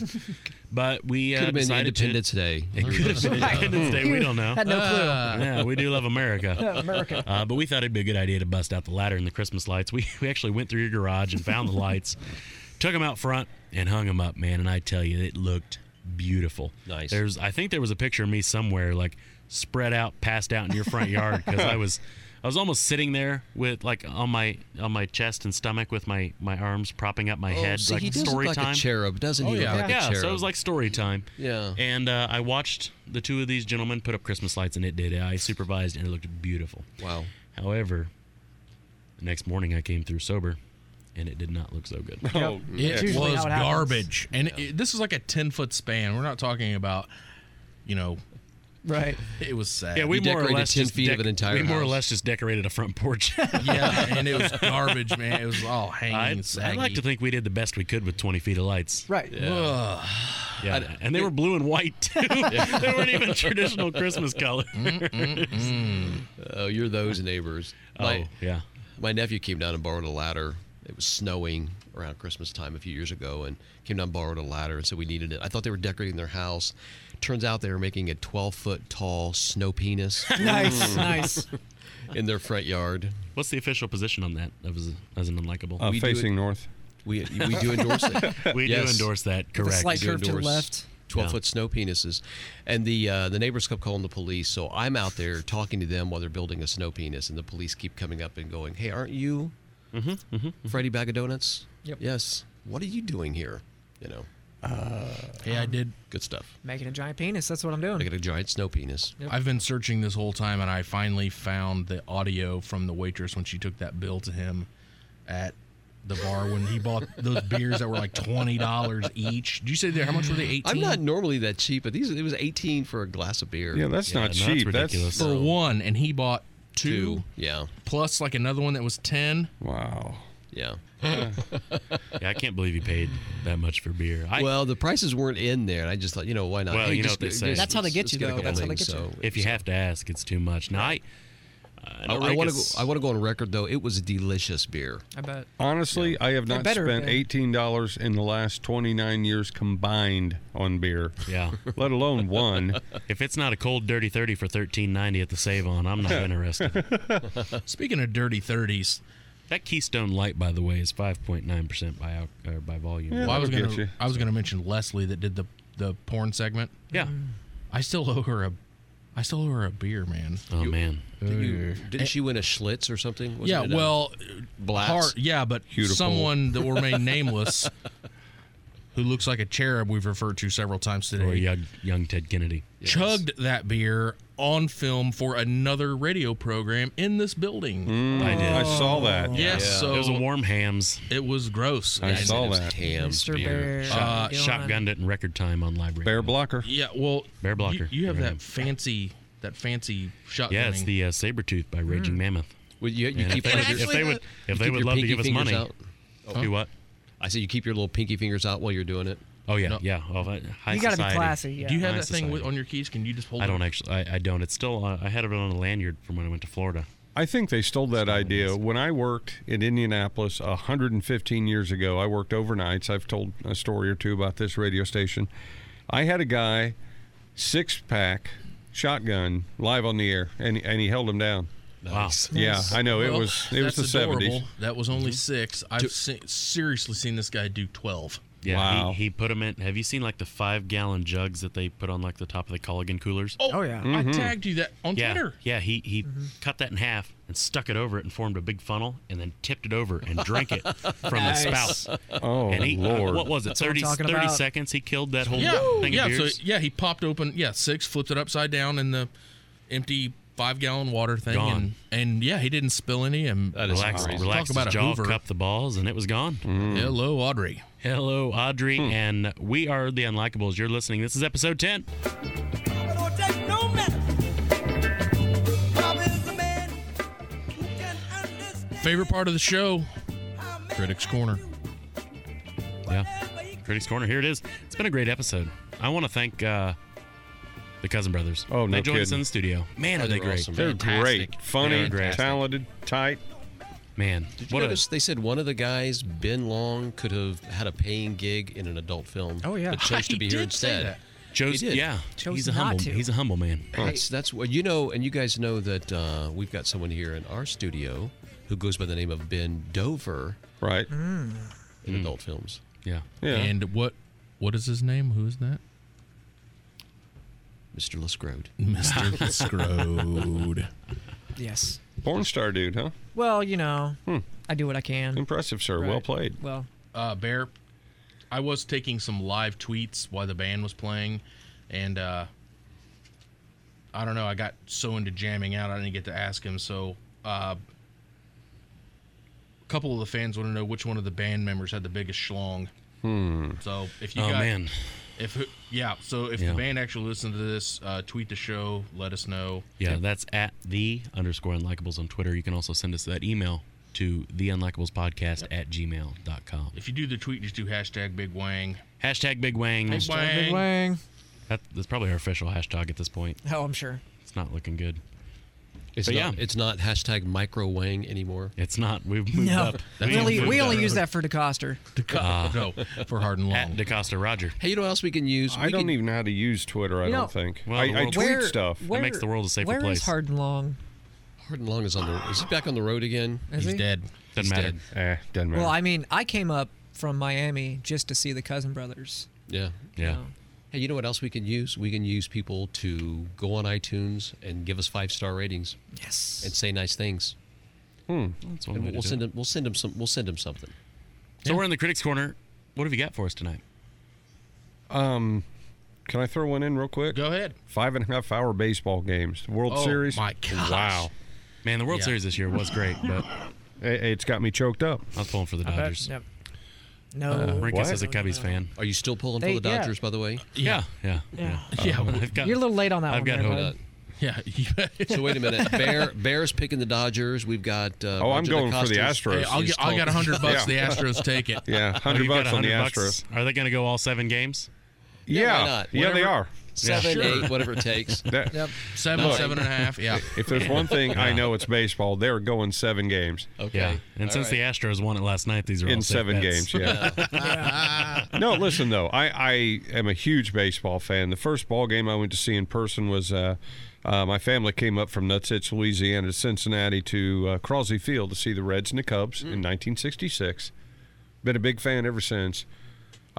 [SPEAKER 2] But we
[SPEAKER 4] Could
[SPEAKER 2] uh,
[SPEAKER 4] have been
[SPEAKER 2] decided to-
[SPEAKER 4] Independence Day.
[SPEAKER 2] It
[SPEAKER 3] *laughs*
[SPEAKER 2] could have been
[SPEAKER 4] Right.
[SPEAKER 2] Independence Day. We don't know.
[SPEAKER 4] Had no clue.
[SPEAKER 2] yeah, we do love America.
[SPEAKER 4] America.
[SPEAKER 2] Uh, but we thought it'd be a good idea to bust out the ladder and the Christmas lights. We we actually went through your garage and found the lights, took them out front and hung them up, man. And I tell you, it looked beautiful.
[SPEAKER 4] Nice.
[SPEAKER 2] There's I think there was a picture of me somewhere like spread out, passed out in your front yard because I was. I was almost sitting there with like on my on my chest and stomach with my my arms propping up my
[SPEAKER 4] Oh,
[SPEAKER 2] head
[SPEAKER 4] see,
[SPEAKER 2] like
[SPEAKER 4] he does look
[SPEAKER 2] story
[SPEAKER 4] like a
[SPEAKER 2] time. Oh,
[SPEAKER 4] cherub, doesn't he? Look
[SPEAKER 2] yeah.
[SPEAKER 4] like a
[SPEAKER 2] yeah, so it
[SPEAKER 4] cherub.
[SPEAKER 2] was like story time.
[SPEAKER 4] Yeah.
[SPEAKER 2] And uh, I watched the two of these gentlemen put up Christmas lights, and it did. I supervised, and it looked beautiful.
[SPEAKER 4] Wow.
[SPEAKER 2] However, the next morning I came through sober, and it did not look so good.
[SPEAKER 3] Oh, it was garbage. And it, this is like a 10 foot span. We're not talking about, you know.
[SPEAKER 5] Right.
[SPEAKER 3] It was sad.
[SPEAKER 2] Yeah, we more or less just dec- We more or less just decorated a front
[SPEAKER 3] *laughs*
[SPEAKER 2] porch.
[SPEAKER 3] yeah, and it was garbage, man. It was all hanging
[SPEAKER 2] I'd,
[SPEAKER 3] and saggy.
[SPEAKER 2] I'd like to think we did the best we could with 20 feet of lights.
[SPEAKER 5] Right.
[SPEAKER 2] Yeah. Yeah,
[SPEAKER 3] I'd-
[SPEAKER 2] and they were blue and
[SPEAKER 4] *laughs*
[SPEAKER 2] white too. *laughs* they weren't even traditional Christmas colors.
[SPEAKER 4] Oh, you're those neighbors. My,
[SPEAKER 2] Mm-hmm. Oh, yeah.
[SPEAKER 4] My nephew came down and borrowed a ladder. It was snowing around Christmas time a few years ago and came down and borrowed a ladder and said we needed it. I thought they were decorating their house. Turns out they were making a 12 foot tall snow penis.
[SPEAKER 2] *laughs* Nice, nice.
[SPEAKER 4] *laughs* In their front yard.
[SPEAKER 2] What's the official position on that as, as an unlikable?
[SPEAKER 4] Uh, We do facing it-
[SPEAKER 6] north.
[SPEAKER 4] We, we do endorse
[SPEAKER 3] *laughs*
[SPEAKER 4] it.
[SPEAKER 2] *laughs* we
[SPEAKER 4] Yes.
[SPEAKER 2] do endorse that, correct.
[SPEAKER 4] We do endorse 12 foot snow penises. And the uh, the neighbors kept calling the police. So I'm out there talking to them while they're building a snow penis. And the police keep coming up and going, Hey, aren't you
[SPEAKER 3] Mm-hmm,
[SPEAKER 4] Freddie Bag of Donuts?
[SPEAKER 5] Yep.
[SPEAKER 4] Yes. What are you doing here? You know. Uh,
[SPEAKER 3] Hey, I did.
[SPEAKER 4] Good stuff.
[SPEAKER 5] Making a giant penis. That's what I'm doing.
[SPEAKER 4] I got a giant snow penis.
[SPEAKER 5] Yep.
[SPEAKER 3] I've been searching this whole time, and I finally found the audio from the waitress when she took that bill to him at the bar when
[SPEAKER 4] *laughs*
[SPEAKER 3] he bought those beers that were like twenty dollars each. Did you say there? How much were they? Eighteen.
[SPEAKER 4] I'm not normally that cheap, but these it was 18 for a glass of beer.
[SPEAKER 3] for one, and he bought two,
[SPEAKER 4] Two, Yeah.
[SPEAKER 3] plus like another one that was ten.
[SPEAKER 6] Wow.
[SPEAKER 4] Yeah. *laughs*
[SPEAKER 2] *laughs* yeah, I can't believe you paid that much for beer. I,
[SPEAKER 4] well, the prices weren't in there, and I just thought, you know, why not?
[SPEAKER 2] Well,
[SPEAKER 4] Hey,
[SPEAKER 2] you know
[SPEAKER 4] just
[SPEAKER 2] what they
[SPEAKER 4] get-
[SPEAKER 2] say.
[SPEAKER 4] just- let's a couple things, so-
[SPEAKER 2] if you have to ask, it's too much. Now, I, uh,
[SPEAKER 4] I,
[SPEAKER 2] no, Rick
[SPEAKER 4] want to.
[SPEAKER 2] is-
[SPEAKER 4] I want to go on record though. It was a delicious beer.
[SPEAKER 5] I bet.
[SPEAKER 6] Honestly, I have
[SPEAKER 4] They're
[SPEAKER 6] not
[SPEAKER 4] better
[SPEAKER 6] spent
[SPEAKER 4] than-
[SPEAKER 6] eighteen dollars in the last twenty nine years combined on beer. *laughs*
[SPEAKER 2] Yeah.
[SPEAKER 6] Let alone one.
[SPEAKER 2] if it's not a cold dirty thirty for thirteen ninety at the save
[SPEAKER 4] *laughs*
[SPEAKER 2] on, I'm not interested. *laughs*
[SPEAKER 3] Speaking of dirty thirties,
[SPEAKER 2] that Keystone Light, by the way, is five point nine percent by al- or by volume.
[SPEAKER 3] Well, I was gonna I was gonna mention Leslie that did the the porn segment.
[SPEAKER 2] Yeah.
[SPEAKER 3] I still owe her a I still owe her a beer, man.
[SPEAKER 2] Oh man.
[SPEAKER 4] Did you, didn't she win a Schlitz or something? Wasn't
[SPEAKER 3] yeah,
[SPEAKER 4] it uh, a
[SPEAKER 3] well,
[SPEAKER 4] Blatz?
[SPEAKER 3] Hart, yeah, but someone that will
[SPEAKER 4] *laughs*
[SPEAKER 3] remain nameless, who looks like a cherub, we've referred to several times today.
[SPEAKER 2] Or young, young Ted Kennedy.
[SPEAKER 3] chugged that beer on film for another radio program in this building.
[SPEAKER 2] I did. I saw that.
[SPEAKER 3] Yes,
[SPEAKER 2] Yeah.
[SPEAKER 3] so
[SPEAKER 2] It was a warm hams.
[SPEAKER 3] It was gross.
[SPEAKER 2] I saw
[SPEAKER 3] it was
[SPEAKER 2] that.
[SPEAKER 4] Hams
[SPEAKER 3] Mr.
[SPEAKER 2] Beer.
[SPEAKER 3] Bear,
[SPEAKER 2] Shot,
[SPEAKER 3] Dylan.
[SPEAKER 2] shotgunned it in record time on library.
[SPEAKER 6] Bear blocker.
[SPEAKER 3] Yeah, well,
[SPEAKER 2] Bear blocker.
[SPEAKER 3] You, you have
[SPEAKER 2] You're
[SPEAKER 3] that fancy, that fancy
[SPEAKER 2] right.
[SPEAKER 3] shotgunning.
[SPEAKER 2] Yeah, it's the uh, saber tooth by Raging
[SPEAKER 3] Mm.
[SPEAKER 2] Mammoth.
[SPEAKER 4] Well, you, you
[SPEAKER 2] And
[SPEAKER 4] keep
[SPEAKER 2] if they
[SPEAKER 4] your-
[SPEAKER 2] would, if they would,
[SPEAKER 4] you
[SPEAKER 2] if they
[SPEAKER 4] keep
[SPEAKER 2] would
[SPEAKER 4] your
[SPEAKER 2] love to
[SPEAKER 4] pinky
[SPEAKER 2] give us
[SPEAKER 4] fingers
[SPEAKER 2] money, Oh,
[SPEAKER 4] out.
[SPEAKER 2] do what?
[SPEAKER 4] I said you keep your little pinky fingers out while you're doing it.
[SPEAKER 2] Oh yeah, yeah. Oh, that- high society.
[SPEAKER 3] Do you have that
[SPEAKER 2] High
[SPEAKER 3] thing
[SPEAKER 2] society.
[SPEAKER 3] with, on your keys? Can you just hold?
[SPEAKER 2] I don't
[SPEAKER 3] it?
[SPEAKER 2] actually. I, I don't. It's still. Uh, I had it on a lanyard from when I went to Florida.
[SPEAKER 6] I think they stole that idea. When I worked in Indianapolis 115 years ago, I worked overnights. I've told a story or two about this radio station. I had a guy, six pack, shotgun, live on the air, and and he held him down. Yeah, I know it
[SPEAKER 3] Well,
[SPEAKER 6] was it was the
[SPEAKER 3] that's
[SPEAKER 6] 70s.
[SPEAKER 3] adorable. That was only
[SPEAKER 6] Mhm.
[SPEAKER 3] six. I've se- seriously seen this guy do twelve.
[SPEAKER 2] Yeah, he, he put them in. Have you seen like the five gallon jugs that they put on like the top of the Culligan coolers? Mm-hmm.
[SPEAKER 3] Oh, yeah. I
[SPEAKER 6] Mm-hmm.
[SPEAKER 3] tagged you that on
[SPEAKER 2] yeah,
[SPEAKER 3] Twitter. Mm-hmm.
[SPEAKER 2] Yeah, he he cut that in half and stuck it over it and formed a big funnel and then tipped it over and drank it from
[SPEAKER 3] Nice.
[SPEAKER 2] the spout.
[SPEAKER 6] Oh,
[SPEAKER 2] and he, uh,
[SPEAKER 6] Lord.
[SPEAKER 2] what was it?
[SPEAKER 3] That's what I'm
[SPEAKER 2] 30,
[SPEAKER 3] talking
[SPEAKER 2] 30
[SPEAKER 3] about.
[SPEAKER 2] seconds. He killed that whole
[SPEAKER 3] yeah,
[SPEAKER 2] thing
[SPEAKER 3] yeah.
[SPEAKER 2] of beers.
[SPEAKER 3] So yeah, he popped open yeah six, flipped it upside down in the empty five gallon water thing,
[SPEAKER 2] Gone.
[SPEAKER 3] and and yeah, he didn't spill any. And
[SPEAKER 2] relaxed, relaxed
[SPEAKER 3] talk about
[SPEAKER 2] his
[SPEAKER 3] a
[SPEAKER 2] jaw,
[SPEAKER 3] Hoover. Mm.
[SPEAKER 2] cupped the balls, and it was gone.
[SPEAKER 3] Hello, Audrey.
[SPEAKER 2] Hello,
[SPEAKER 3] Hmm.
[SPEAKER 2] Audrey, and we are the Unlikables. You're listening. This is episode ten.
[SPEAKER 3] Favorite part of the show, Critics Corner.
[SPEAKER 2] Yeah. Critics Corner. Here it is. It's been a great episode. I want to thank uh, the Cousin Brothers.
[SPEAKER 6] Oh, no
[SPEAKER 2] They joined us
[SPEAKER 6] kidding.
[SPEAKER 2] in the studio. Man,
[SPEAKER 4] Oh,
[SPEAKER 2] are
[SPEAKER 4] they
[SPEAKER 2] they
[SPEAKER 4] were
[SPEAKER 2] great.
[SPEAKER 4] awesome.
[SPEAKER 6] They're
[SPEAKER 4] Fantastic.
[SPEAKER 6] great, funny,
[SPEAKER 4] They're great.
[SPEAKER 6] talented, tight.
[SPEAKER 2] Man,
[SPEAKER 4] Did you notice they said one of the guys, Ben Long, could have had a paying gig in an adult film.
[SPEAKER 2] Oh, *laughs* yeah.
[SPEAKER 4] but chose to
[SPEAKER 2] He
[SPEAKER 4] be here
[SPEAKER 2] did say
[SPEAKER 4] instead.
[SPEAKER 2] that. Chose-
[SPEAKER 4] He did.
[SPEAKER 2] yeah. Chose He's a not humble- to. he's a humble man.
[SPEAKER 4] That's that's what you know, and you guys know that uh, we've got someone here in our studio who goes by the name of Ben Dover,
[SPEAKER 6] right?
[SPEAKER 4] In adult films.
[SPEAKER 2] Hmm. Yeah.
[SPEAKER 3] And what what is his name? Who is that?
[SPEAKER 4] Mr. Lescrode.
[SPEAKER 3] Mr. Scrode.
[SPEAKER 5] Yes.
[SPEAKER 6] Porn star dude, huh?
[SPEAKER 5] Well, you know, I do what I can.
[SPEAKER 6] Impressive, sir.
[SPEAKER 5] Right.
[SPEAKER 6] Well played.
[SPEAKER 5] Well,
[SPEAKER 3] uh, Bear, I was taking some live tweets while the band was playing, and uh, I don't know. I got so into jamming out, I didn't get to ask him. So, uh, a couple of the fans want to know which one of the band members had the biggest schlong.
[SPEAKER 6] Hmm.
[SPEAKER 3] So, if you
[SPEAKER 2] Oh,
[SPEAKER 3] got,
[SPEAKER 2] man.
[SPEAKER 3] if yeah, so if
[SPEAKER 2] Yeah.
[SPEAKER 3] the band actually listened to this, uh, tweet the show, let us know.
[SPEAKER 2] Yeah, that's at the underscore unlikables on Twitter. You can also send us that email to the unlikables podcast at gmail.com.
[SPEAKER 3] If you do the tweet, just do hashtag Big Wang.
[SPEAKER 2] Hashtag Big Wang.
[SPEAKER 3] Big Hashtag Big Wang. Wang.
[SPEAKER 2] That, that's probably our official hashtag at this point.
[SPEAKER 5] Oh, I'm sure.
[SPEAKER 2] It's not looking good.
[SPEAKER 4] It's
[SPEAKER 2] But
[SPEAKER 4] not,
[SPEAKER 2] yeah.
[SPEAKER 4] it's not hashtag micro wang anymore.
[SPEAKER 2] It's not. We've moved
[SPEAKER 5] no.
[SPEAKER 2] up.
[SPEAKER 5] We only, we only use that for DeCoster.
[SPEAKER 4] *laughs*
[SPEAKER 2] Ah.
[SPEAKER 3] for hard and long.
[SPEAKER 2] At DaCosta Roger.
[SPEAKER 4] Hey, you know what else we can use?
[SPEAKER 6] I
[SPEAKER 4] We
[SPEAKER 6] don't
[SPEAKER 4] can-
[SPEAKER 6] even know how to use Twitter. I
[SPEAKER 5] You know,
[SPEAKER 6] don't think. I, I tweet stuff.
[SPEAKER 5] where- Where is Hard Long?
[SPEAKER 4] Hardin Long is on the. Is he back on the road again?
[SPEAKER 5] Is He's he?
[SPEAKER 3] dead.
[SPEAKER 2] Doesn't matter.
[SPEAKER 6] Eh, doesn't matter.
[SPEAKER 5] Well, I mean, I came up from Miami just to see the Cousin Brothers.
[SPEAKER 4] yeah.
[SPEAKER 2] Yeah.
[SPEAKER 4] Hey, you know what else we can use? We can use people to go on iTunes and give us five star ratings.
[SPEAKER 5] Yes.
[SPEAKER 4] And say nice things.
[SPEAKER 6] Hmm.
[SPEAKER 2] That's one
[SPEAKER 4] And
[SPEAKER 2] way
[SPEAKER 4] we'll
[SPEAKER 2] to do
[SPEAKER 4] send
[SPEAKER 2] it.
[SPEAKER 4] them. We'll send them some. We'll send them something.
[SPEAKER 2] So we're in the critics' corner. What have you got for us tonight?
[SPEAKER 6] Um, can I throw one in real quick?
[SPEAKER 3] Go ahead.
[SPEAKER 6] Five and a half hour baseball games. World
[SPEAKER 2] Oh,
[SPEAKER 6] Series.
[SPEAKER 2] my gosh.
[SPEAKER 6] Wow.
[SPEAKER 2] Man, the World
[SPEAKER 6] Yeah. *laughs*
[SPEAKER 2] Series this year was great, but
[SPEAKER 6] It- It's got me choked up.
[SPEAKER 2] I was pulling for the
[SPEAKER 5] I bet. Yep. No.
[SPEAKER 2] Rinkus is a Cubbies fan.
[SPEAKER 4] Are you still pulling
[SPEAKER 5] They-
[SPEAKER 4] for the
[SPEAKER 5] yeah.
[SPEAKER 4] Dodgers, by the way?
[SPEAKER 2] Yeah, yeah, *laughs* yeah.
[SPEAKER 4] Yeah.
[SPEAKER 2] Um, I've got-
[SPEAKER 5] You're a little late on that
[SPEAKER 4] I've
[SPEAKER 5] one.
[SPEAKER 4] got
[SPEAKER 5] there,
[SPEAKER 4] hope.
[SPEAKER 5] bud.
[SPEAKER 3] Yeah. *laughs*
[SPEAKER 5] *laughs*
[SPEAKER 4] so wait a minute. Bear, Bears picking the Dodgers. We've got. Uh,
[SPEAKER 6] Oh, I'm
[SPEAKER 4] Roger
[SPEAKER 6] going for the
[SPEAKER 4] DeCosta's-
[SPEAKER 6] Astros. Hey, I'll
[SPEAKER 4] his
[SPEAKER 6] get- I'll
[SPEAKER 4] call.
[SPEAKER 6] get 100 bucks. Yeah. The Astros take it. *laughs* Yeah, 100
[SPEAKER 2] you've got
[SPEAKER 6] bucks on the
[SPEAKER 2] 100 bucks?
[SPEAKER 6] Astros.
[SPEAKER 2] Are they going to go all seven games?
[SPEAKER 6] Yeah.
[SPEAKER 4] why not?
[SPEAKER 6] Yeah, they
[SPEAKER 4] Whatever-
[SPEAKER 6] are.
[SPEAKER 4] Seven,
[SPEAKER 6] Yeah, sure.
[SPEAKER 4] eight, whatever it takes.
[SPEAKER 6] *laughs*
[SPEAKER 2] *laughs*
[SPEAKER 6] That-
[SPEAKER 3] Seven,
[SPEAKER 6] Look,
[SPEAKER 3] seven and a half. Yeah.
[SPEAKER 6] *laughs* If there's one thing I know, it's baseball. They're going seven games.
[SPEAKER 4] Okay.
[SPEAKER 2] Yeah. And since the Astros won it last night, these are all
[SPEAKER 6] in
[SPEAKER 2] safe
[SPEAKER 6] seven
[SPEAKER 2] bets. *laughs*
[SPEAKER 4] *laughs*
[SPEAKER 6] games. Yeah. no, listen though, I, I am a huge baseball fan. The first ball game I went to see in person was uh, uh, my family came up from Nutsitch, Louisiana, to Cincinnati to uh, Crosley Field to see the Reds and the Cubs in 1966. Been a big fan ever since.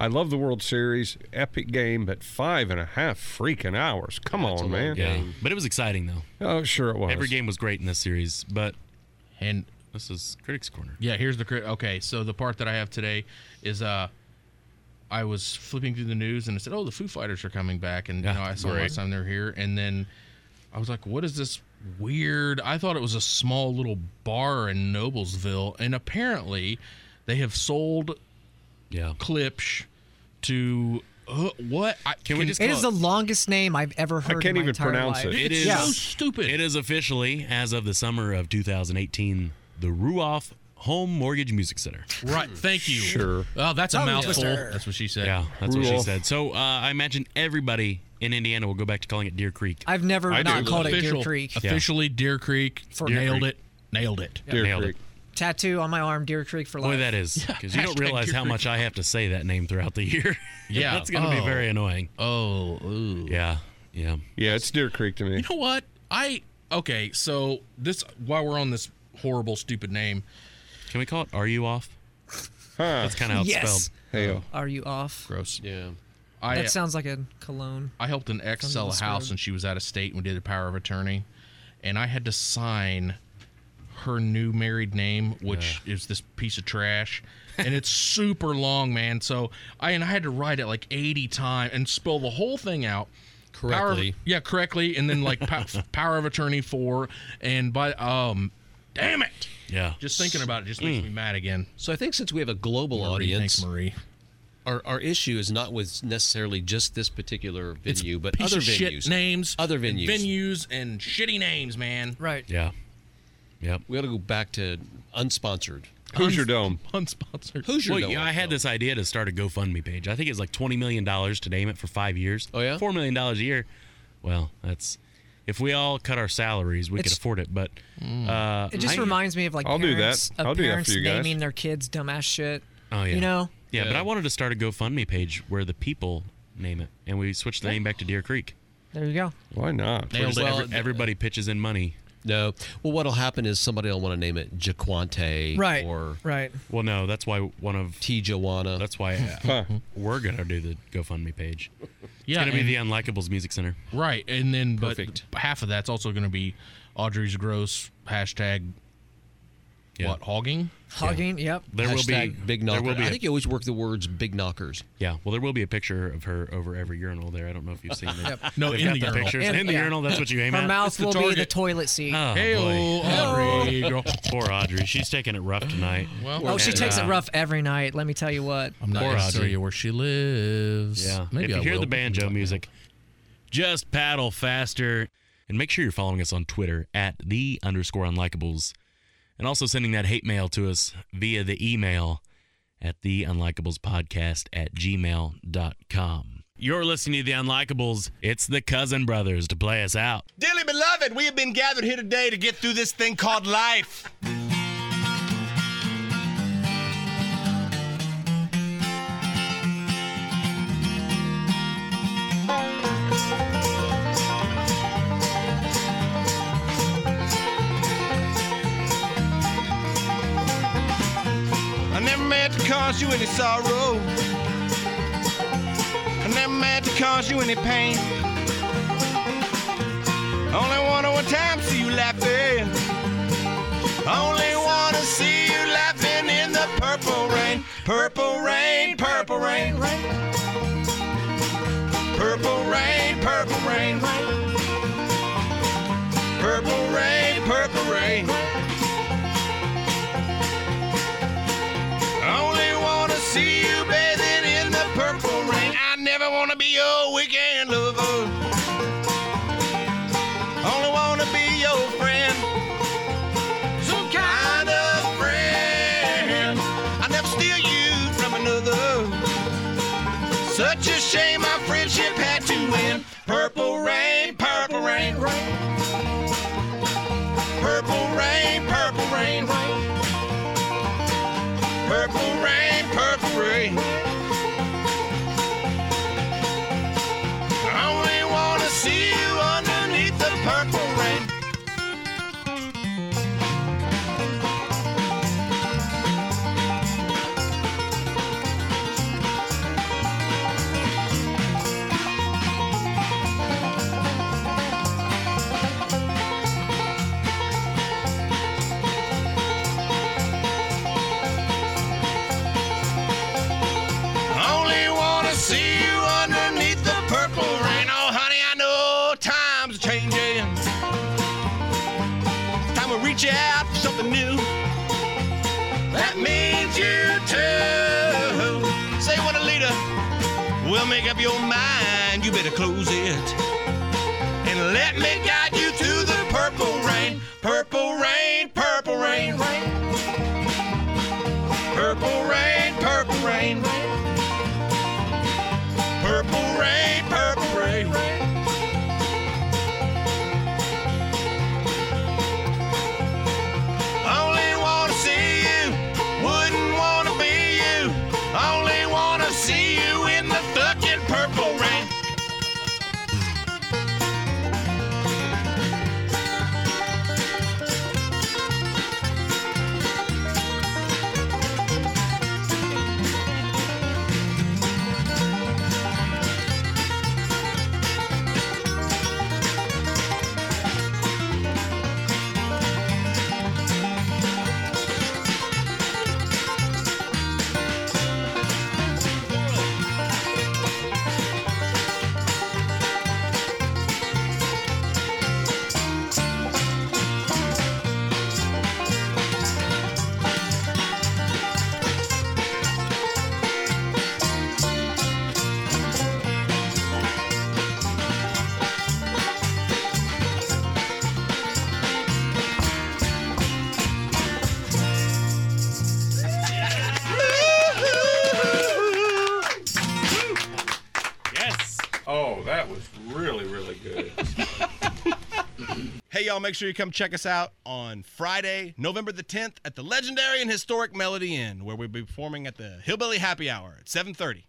[SPEAKER 6] I love the World Series, epic game, but five and a half freaking hours. Come on, man.
[SPEAKER 2] Yeah. But it was exciting though.
[SPEAKER 6] Oh, sure it was.
[SPEAKER 2] Every game was great in this series, but
[SPEAKER 3] and
[SPEAKER 2] this is critics' corner.
[SPEAKER 3] Yeah, here's the crit. Okay, so the part that I have today is uh, I was flipping through the news and it said, "Oh, the Foo Fighters are coming back," and you know, I saw them
[SPEAKER 2] Ah, great.
[SPEAKER 3] last time they were here, and then I was like, "What is this weird?" I thought it was a small little bar in Noblesville, and apparently, they have sold
[SPEAKER 2] yeah Klipsch
[SPEAKER 3] to. Uh, what? I,
[SPEAKER 2] we just
[SPEAKER 5] It
[SPEAKER 2] call
[SPEAKER 5] is
[SPEAKER 2] it-
[SPEAKER 5] the longest name I've ever heard. in my entire life.
[SPEAKER 2] It is
[SPEAKER 5] Yeah.
[SPEAKER 3] stupid.
[SPEAKER 2] It is officially, as of the summer of 2018, the Ruoff Home Mortgage Music Center.
[SPEAKER 3] Right. Thank you.
[SPEAKER 2] Sure.
[SPEAKER 3] Oh, that's a
[SPEAKER 2] Tongue
[SPEAKER 3] mouthful.
[SPEAKER 2] twister.
[SPEAKER 3] That's what she said.
[SPEAKER 2] Yeah, that's what she
[SPEAKER 3] Ruoff.
[SPEAKER 2] said. So uh, I imagine everybody in Indiana will go back to calling it Deer Creek.
[SPEAKER 5] I've never
[SPEAKER 2] I
[SPEAKER 5] not
[SPEAKER 2] do.
[SPEAKER 5] called it Deer
[SPEAKER 2] Official-
[SPEAKER 5] Creek.
[SPEAKER 3] Officially, Deer Creek.
[SPEAKER 5] For-
[SPEAKER 3] nailed
[SPEAKER 2] Deer
[SPEAKER 3] it. Nailed it.
[SPEAKER 2] Deer Nailed Creek.
[SPEAKER 5] Tattoo on my arm, Deer Creek for life.
[SPEAKER 2] Boy, that is because
[SPEAKER 3] *laughs*
[SPEAKER 2] you don't
[SPEAKER 5] Hashtag
[SPEAKER 2] realize
[SPEAKER 5] Deer
[SPEAKER 2] how
[SPEAKER 5] Creek.
[SPEAKER 2] much I have to say that name throughout the year. *laughs*
[SPEAKER 3] Yeah.
[SPEAKER 2] that's going to
[SPEAKER 3] Oh.
[SPEAKER 2] be very annoying.
[SPEAKER 3] Oh, ooh.
[SPEAKER 2] yeah, yeah,
[SPEAKER 6] yeah. It's Deer Creek to me.
[SPEAKER 3] You know what? I okay. So this while we're on this horrible, stupid name,
[SPEAKER 2] can we call it? Are you off? That's kind of how it's
[SPEAKER 5] Yes.
[SPEAKER 2] spelled.
[SPEAKER 5] Are you off?
[SPEAKER 3] Gross.
[SPEAKER 4] Yeah.
[SPEAKER 3] I
[SPEAKER 2] uh,
[SPEAKER 5] that sounds like a cologne.
[SPEAKER 3] I helped an ex
[SPEAKER 5] Sounds
[SPEAKER 3] sell a house,
[SPEAKER 5] disturbed.
[SPEAKER 3] and she was out of state. and We did a power of attorney, and I had to sign her new married name, which is this piece of trash,
[SPEAKER 4] *laughs*
[SPEAKER 3] and it's super long, man. So I and I had to write it like eighty times and spell the whole thing out. Power of-
[SPEAKER 4] Correctly.
[SPEAKER 3] yeah, correctly, and then
[SPEAKER 4] *laughs*
[SPEAKER 3] like pa- power of attorney for, and by um, damn it,
[SPEAKER 2] yeah.
[SPEAKER 3] Just thinking about it just
[SPEAKER 4] Mm.
[SPEAKER 3] makes
[SPEAKER 6] Mm.
[SPEAKER 3] me mad again.
[SPEAKER 4] So I think since we have a global
[SPEAKER 3] Marie,
[SPEAKER 4] audience,
[SPEAKER 3] thanks, Marie.
[SPEAKER 4] Our, our issue is not with necessarily just this particular
[SPEAKER 3] It's
[SPEAKER 4] venue, but
[SPEAKER 3] piece
[SPEAKER 4] other
[SPEAKER 3] of
[SPEAKER 4] venues,
[SPEAKER 3] shit names,
[SPEAKER 4] other
[SPEAKER 3] and
[SPEAKER 4] venues.
[SPEAKER 3] venues, and shitty names, man.
[SPEAKER 5] Right.
[SPEAKER 2] Yeah. Yep.
[SPEAKER 4] We got to go back to unsponsored.
[SPEAKER 6] Hoosier Dome.
[SPEAKER 3] Unsponsored.
[SPEAKER 4] Hoosier
[SPEAKER 2] well,
[SPEAKER 4] Dome.
[SPEAKER 2] yeah, I had this idea to start a GoFundMe page. I think it's like twenty million dollars to name it for five years. Oh yeah, four million dollars a year. Well, that's if we all cut our salaries, we
[SPEAKER 5] It's- Mm.
[SPEAKER 2] could afford it. But uh,
[SPEAKER 5] It just
[SPEAKER 2] I-
[SPEAKER 5] reminds me of like
[SPEAKER 2] I'll do that.
[SPEAKER 5] parents, of
[SPEAKER 2] I'll do that for
[SPEAKER 5] parents
[SPEAKER 2] you guys.
[SPEAKER 5] naming their kids dumbass shit.
[SPEAKER 2] Oh yeah.
[SPEAKER 5] You know?
[SPEAKER 2] Yeah, but I wanted to start a GoFundMe page where the people name it, and we switch the name back to Deer Creek.
[SPEAKER 5] There you go.
[SPEAKER 6] Why not?
[SPEAKER 2] Where just
[SPEAKER 4] Well,
[SPEAKER 2] every- everybody pitches in money.
[SPEAKER 4] No. Well, what'll happen is somebody will want to name it Jaquante.
[SPEAKER 5] Right,
[SPEAKER 4] Or
[SPEAKER 5] right.
[SPEAKER 2] Well, no, that's why one of
[SPEAKER 4] T. Joanna.
[SPEAKER 2] That's *laughs* why we're gonna do the GoFundMe page.
[SPEAKER 3] Yeah,
[SPEAKER 2] it's gonna be
[SPEAKER 3] and-
[SPEAKER 2] the Unlikables Music Center.
[SPEAKER 3] Right, and then but half of that's also going to be Audrey's gross hashtag. What hogging?
[SPEAKER 5] Hogging, yep.
[SPEAKER 2] There will be
[SPEAKER 4] Hashtag big
[SPEAKER 2] There
[SPEAKER 4] knocker.
[SPEAKER 2] will be
[SPEAKER 4] I
[SPEAKER 2] a-
[SPEAKER 4] think you always work the words big knockers.
[SPEAKER 2] Yeah, well, there will be a picture of her over every urinal there. I don't know if you've *laughs* seen it.
[SPEAKER 4] Yep.
[SPEAKER 3] No,
[SPEAKER 2] They've
[SPEAKER 3] in
[SPEAKER 2] got
[SPEAKER 3] the urinal.
[SPEAKER 2] pictures. in the
[SPEAKER 5] yeah.
[SPEAKER 2] urinal, that's what you aim
[SPEAKER 5] Her
[SPEAKER 2] at.
[SPEAKER 5] mouth
[SPEAKER 2] It's the
[SPEAKER 5] will be the
[SPEAKER 2] target.
[SPEAKER 5] toilet seat.
[SPEAKER 2] Oh, boy. Poor Audrey. She's taking it rough tonight.
[SPEAKER 3] Well,
[SPEAKER 5] oh, she
[SPEAKER 2] And,
[SPEAKER 5] takes
[SPEAKER 2] uh,
[SPEAKER 5] it rough every night. Let me tell you what.
[SPEAKER 3] I'm not
[SPEAKER 2] Poor
[SPEAKER 3] going to
[SPEAKER 2] Audrey.
[SPEAKER 3] tell you where she lives.
[SPEAKER 2] Yeah.
[SPEAKER 3] maybe
[SPEAKER 2] if you
[SPEAKER 3] I
[SPEAKER 2] hear
[SPEAKER 3] will.
[SPEAKER 2] the banjo music, just paddle faster. And make sure you're following us on Twitter at the underscore unlikables. And also sending that hate mail to us via the email at the unlikables podcast at gmail.com. You're listening to the unlikables. It's the cousin brothers to play us out.
[SPEAKER 20] Dearly beloved, we have been gathered here today to get through this thing called life.
[SPEAKER 7] I never meant to cause you any sorrow. I never meant to cause you any pain. Only wanna one time see you laughing. Only wanna see you laughing in the purple rain. Purple rain, purple rain, rain. Purple rain, purple rain, rain. Purple rain, purple rain.
[SPEAKER 1] see you bathing in the purple rain. I never wanna be your weekend lover. Only wanna be your friend. Some kind of friend. I never steal you from another. Such a shame our friendship had to end. Purple rain, purple rain, rain. Purple rain, purple rain, rain. Purple rain, purple rain. I only wanna see you underneath the purple rain. Only wanna see you underneath the purple rain. Oh, honey, I know times are changing. Time to reach out for something new. That means you too. Say what a leader. Well, make up your mind. You better close it. And let me guide you through the purple rain. Purple rain, purple rain, rain. Purple rain, purple rain, rain. Purple rain, purple rain. Only wanna see you, wouldn't wanna be you. Only wanna see you in the fucking purple rain.
[SPEAKER 7] Yes.
[SPEAKER 6] Oh, that was really, really good.
[SPEAKER 26] *laughs* Hey, y'all, make sure you come check us out on Friday, November the 10th at the legendary and historic Melody Inn, where we'll be performing at the Hillbilly Happy Hour at 7.30.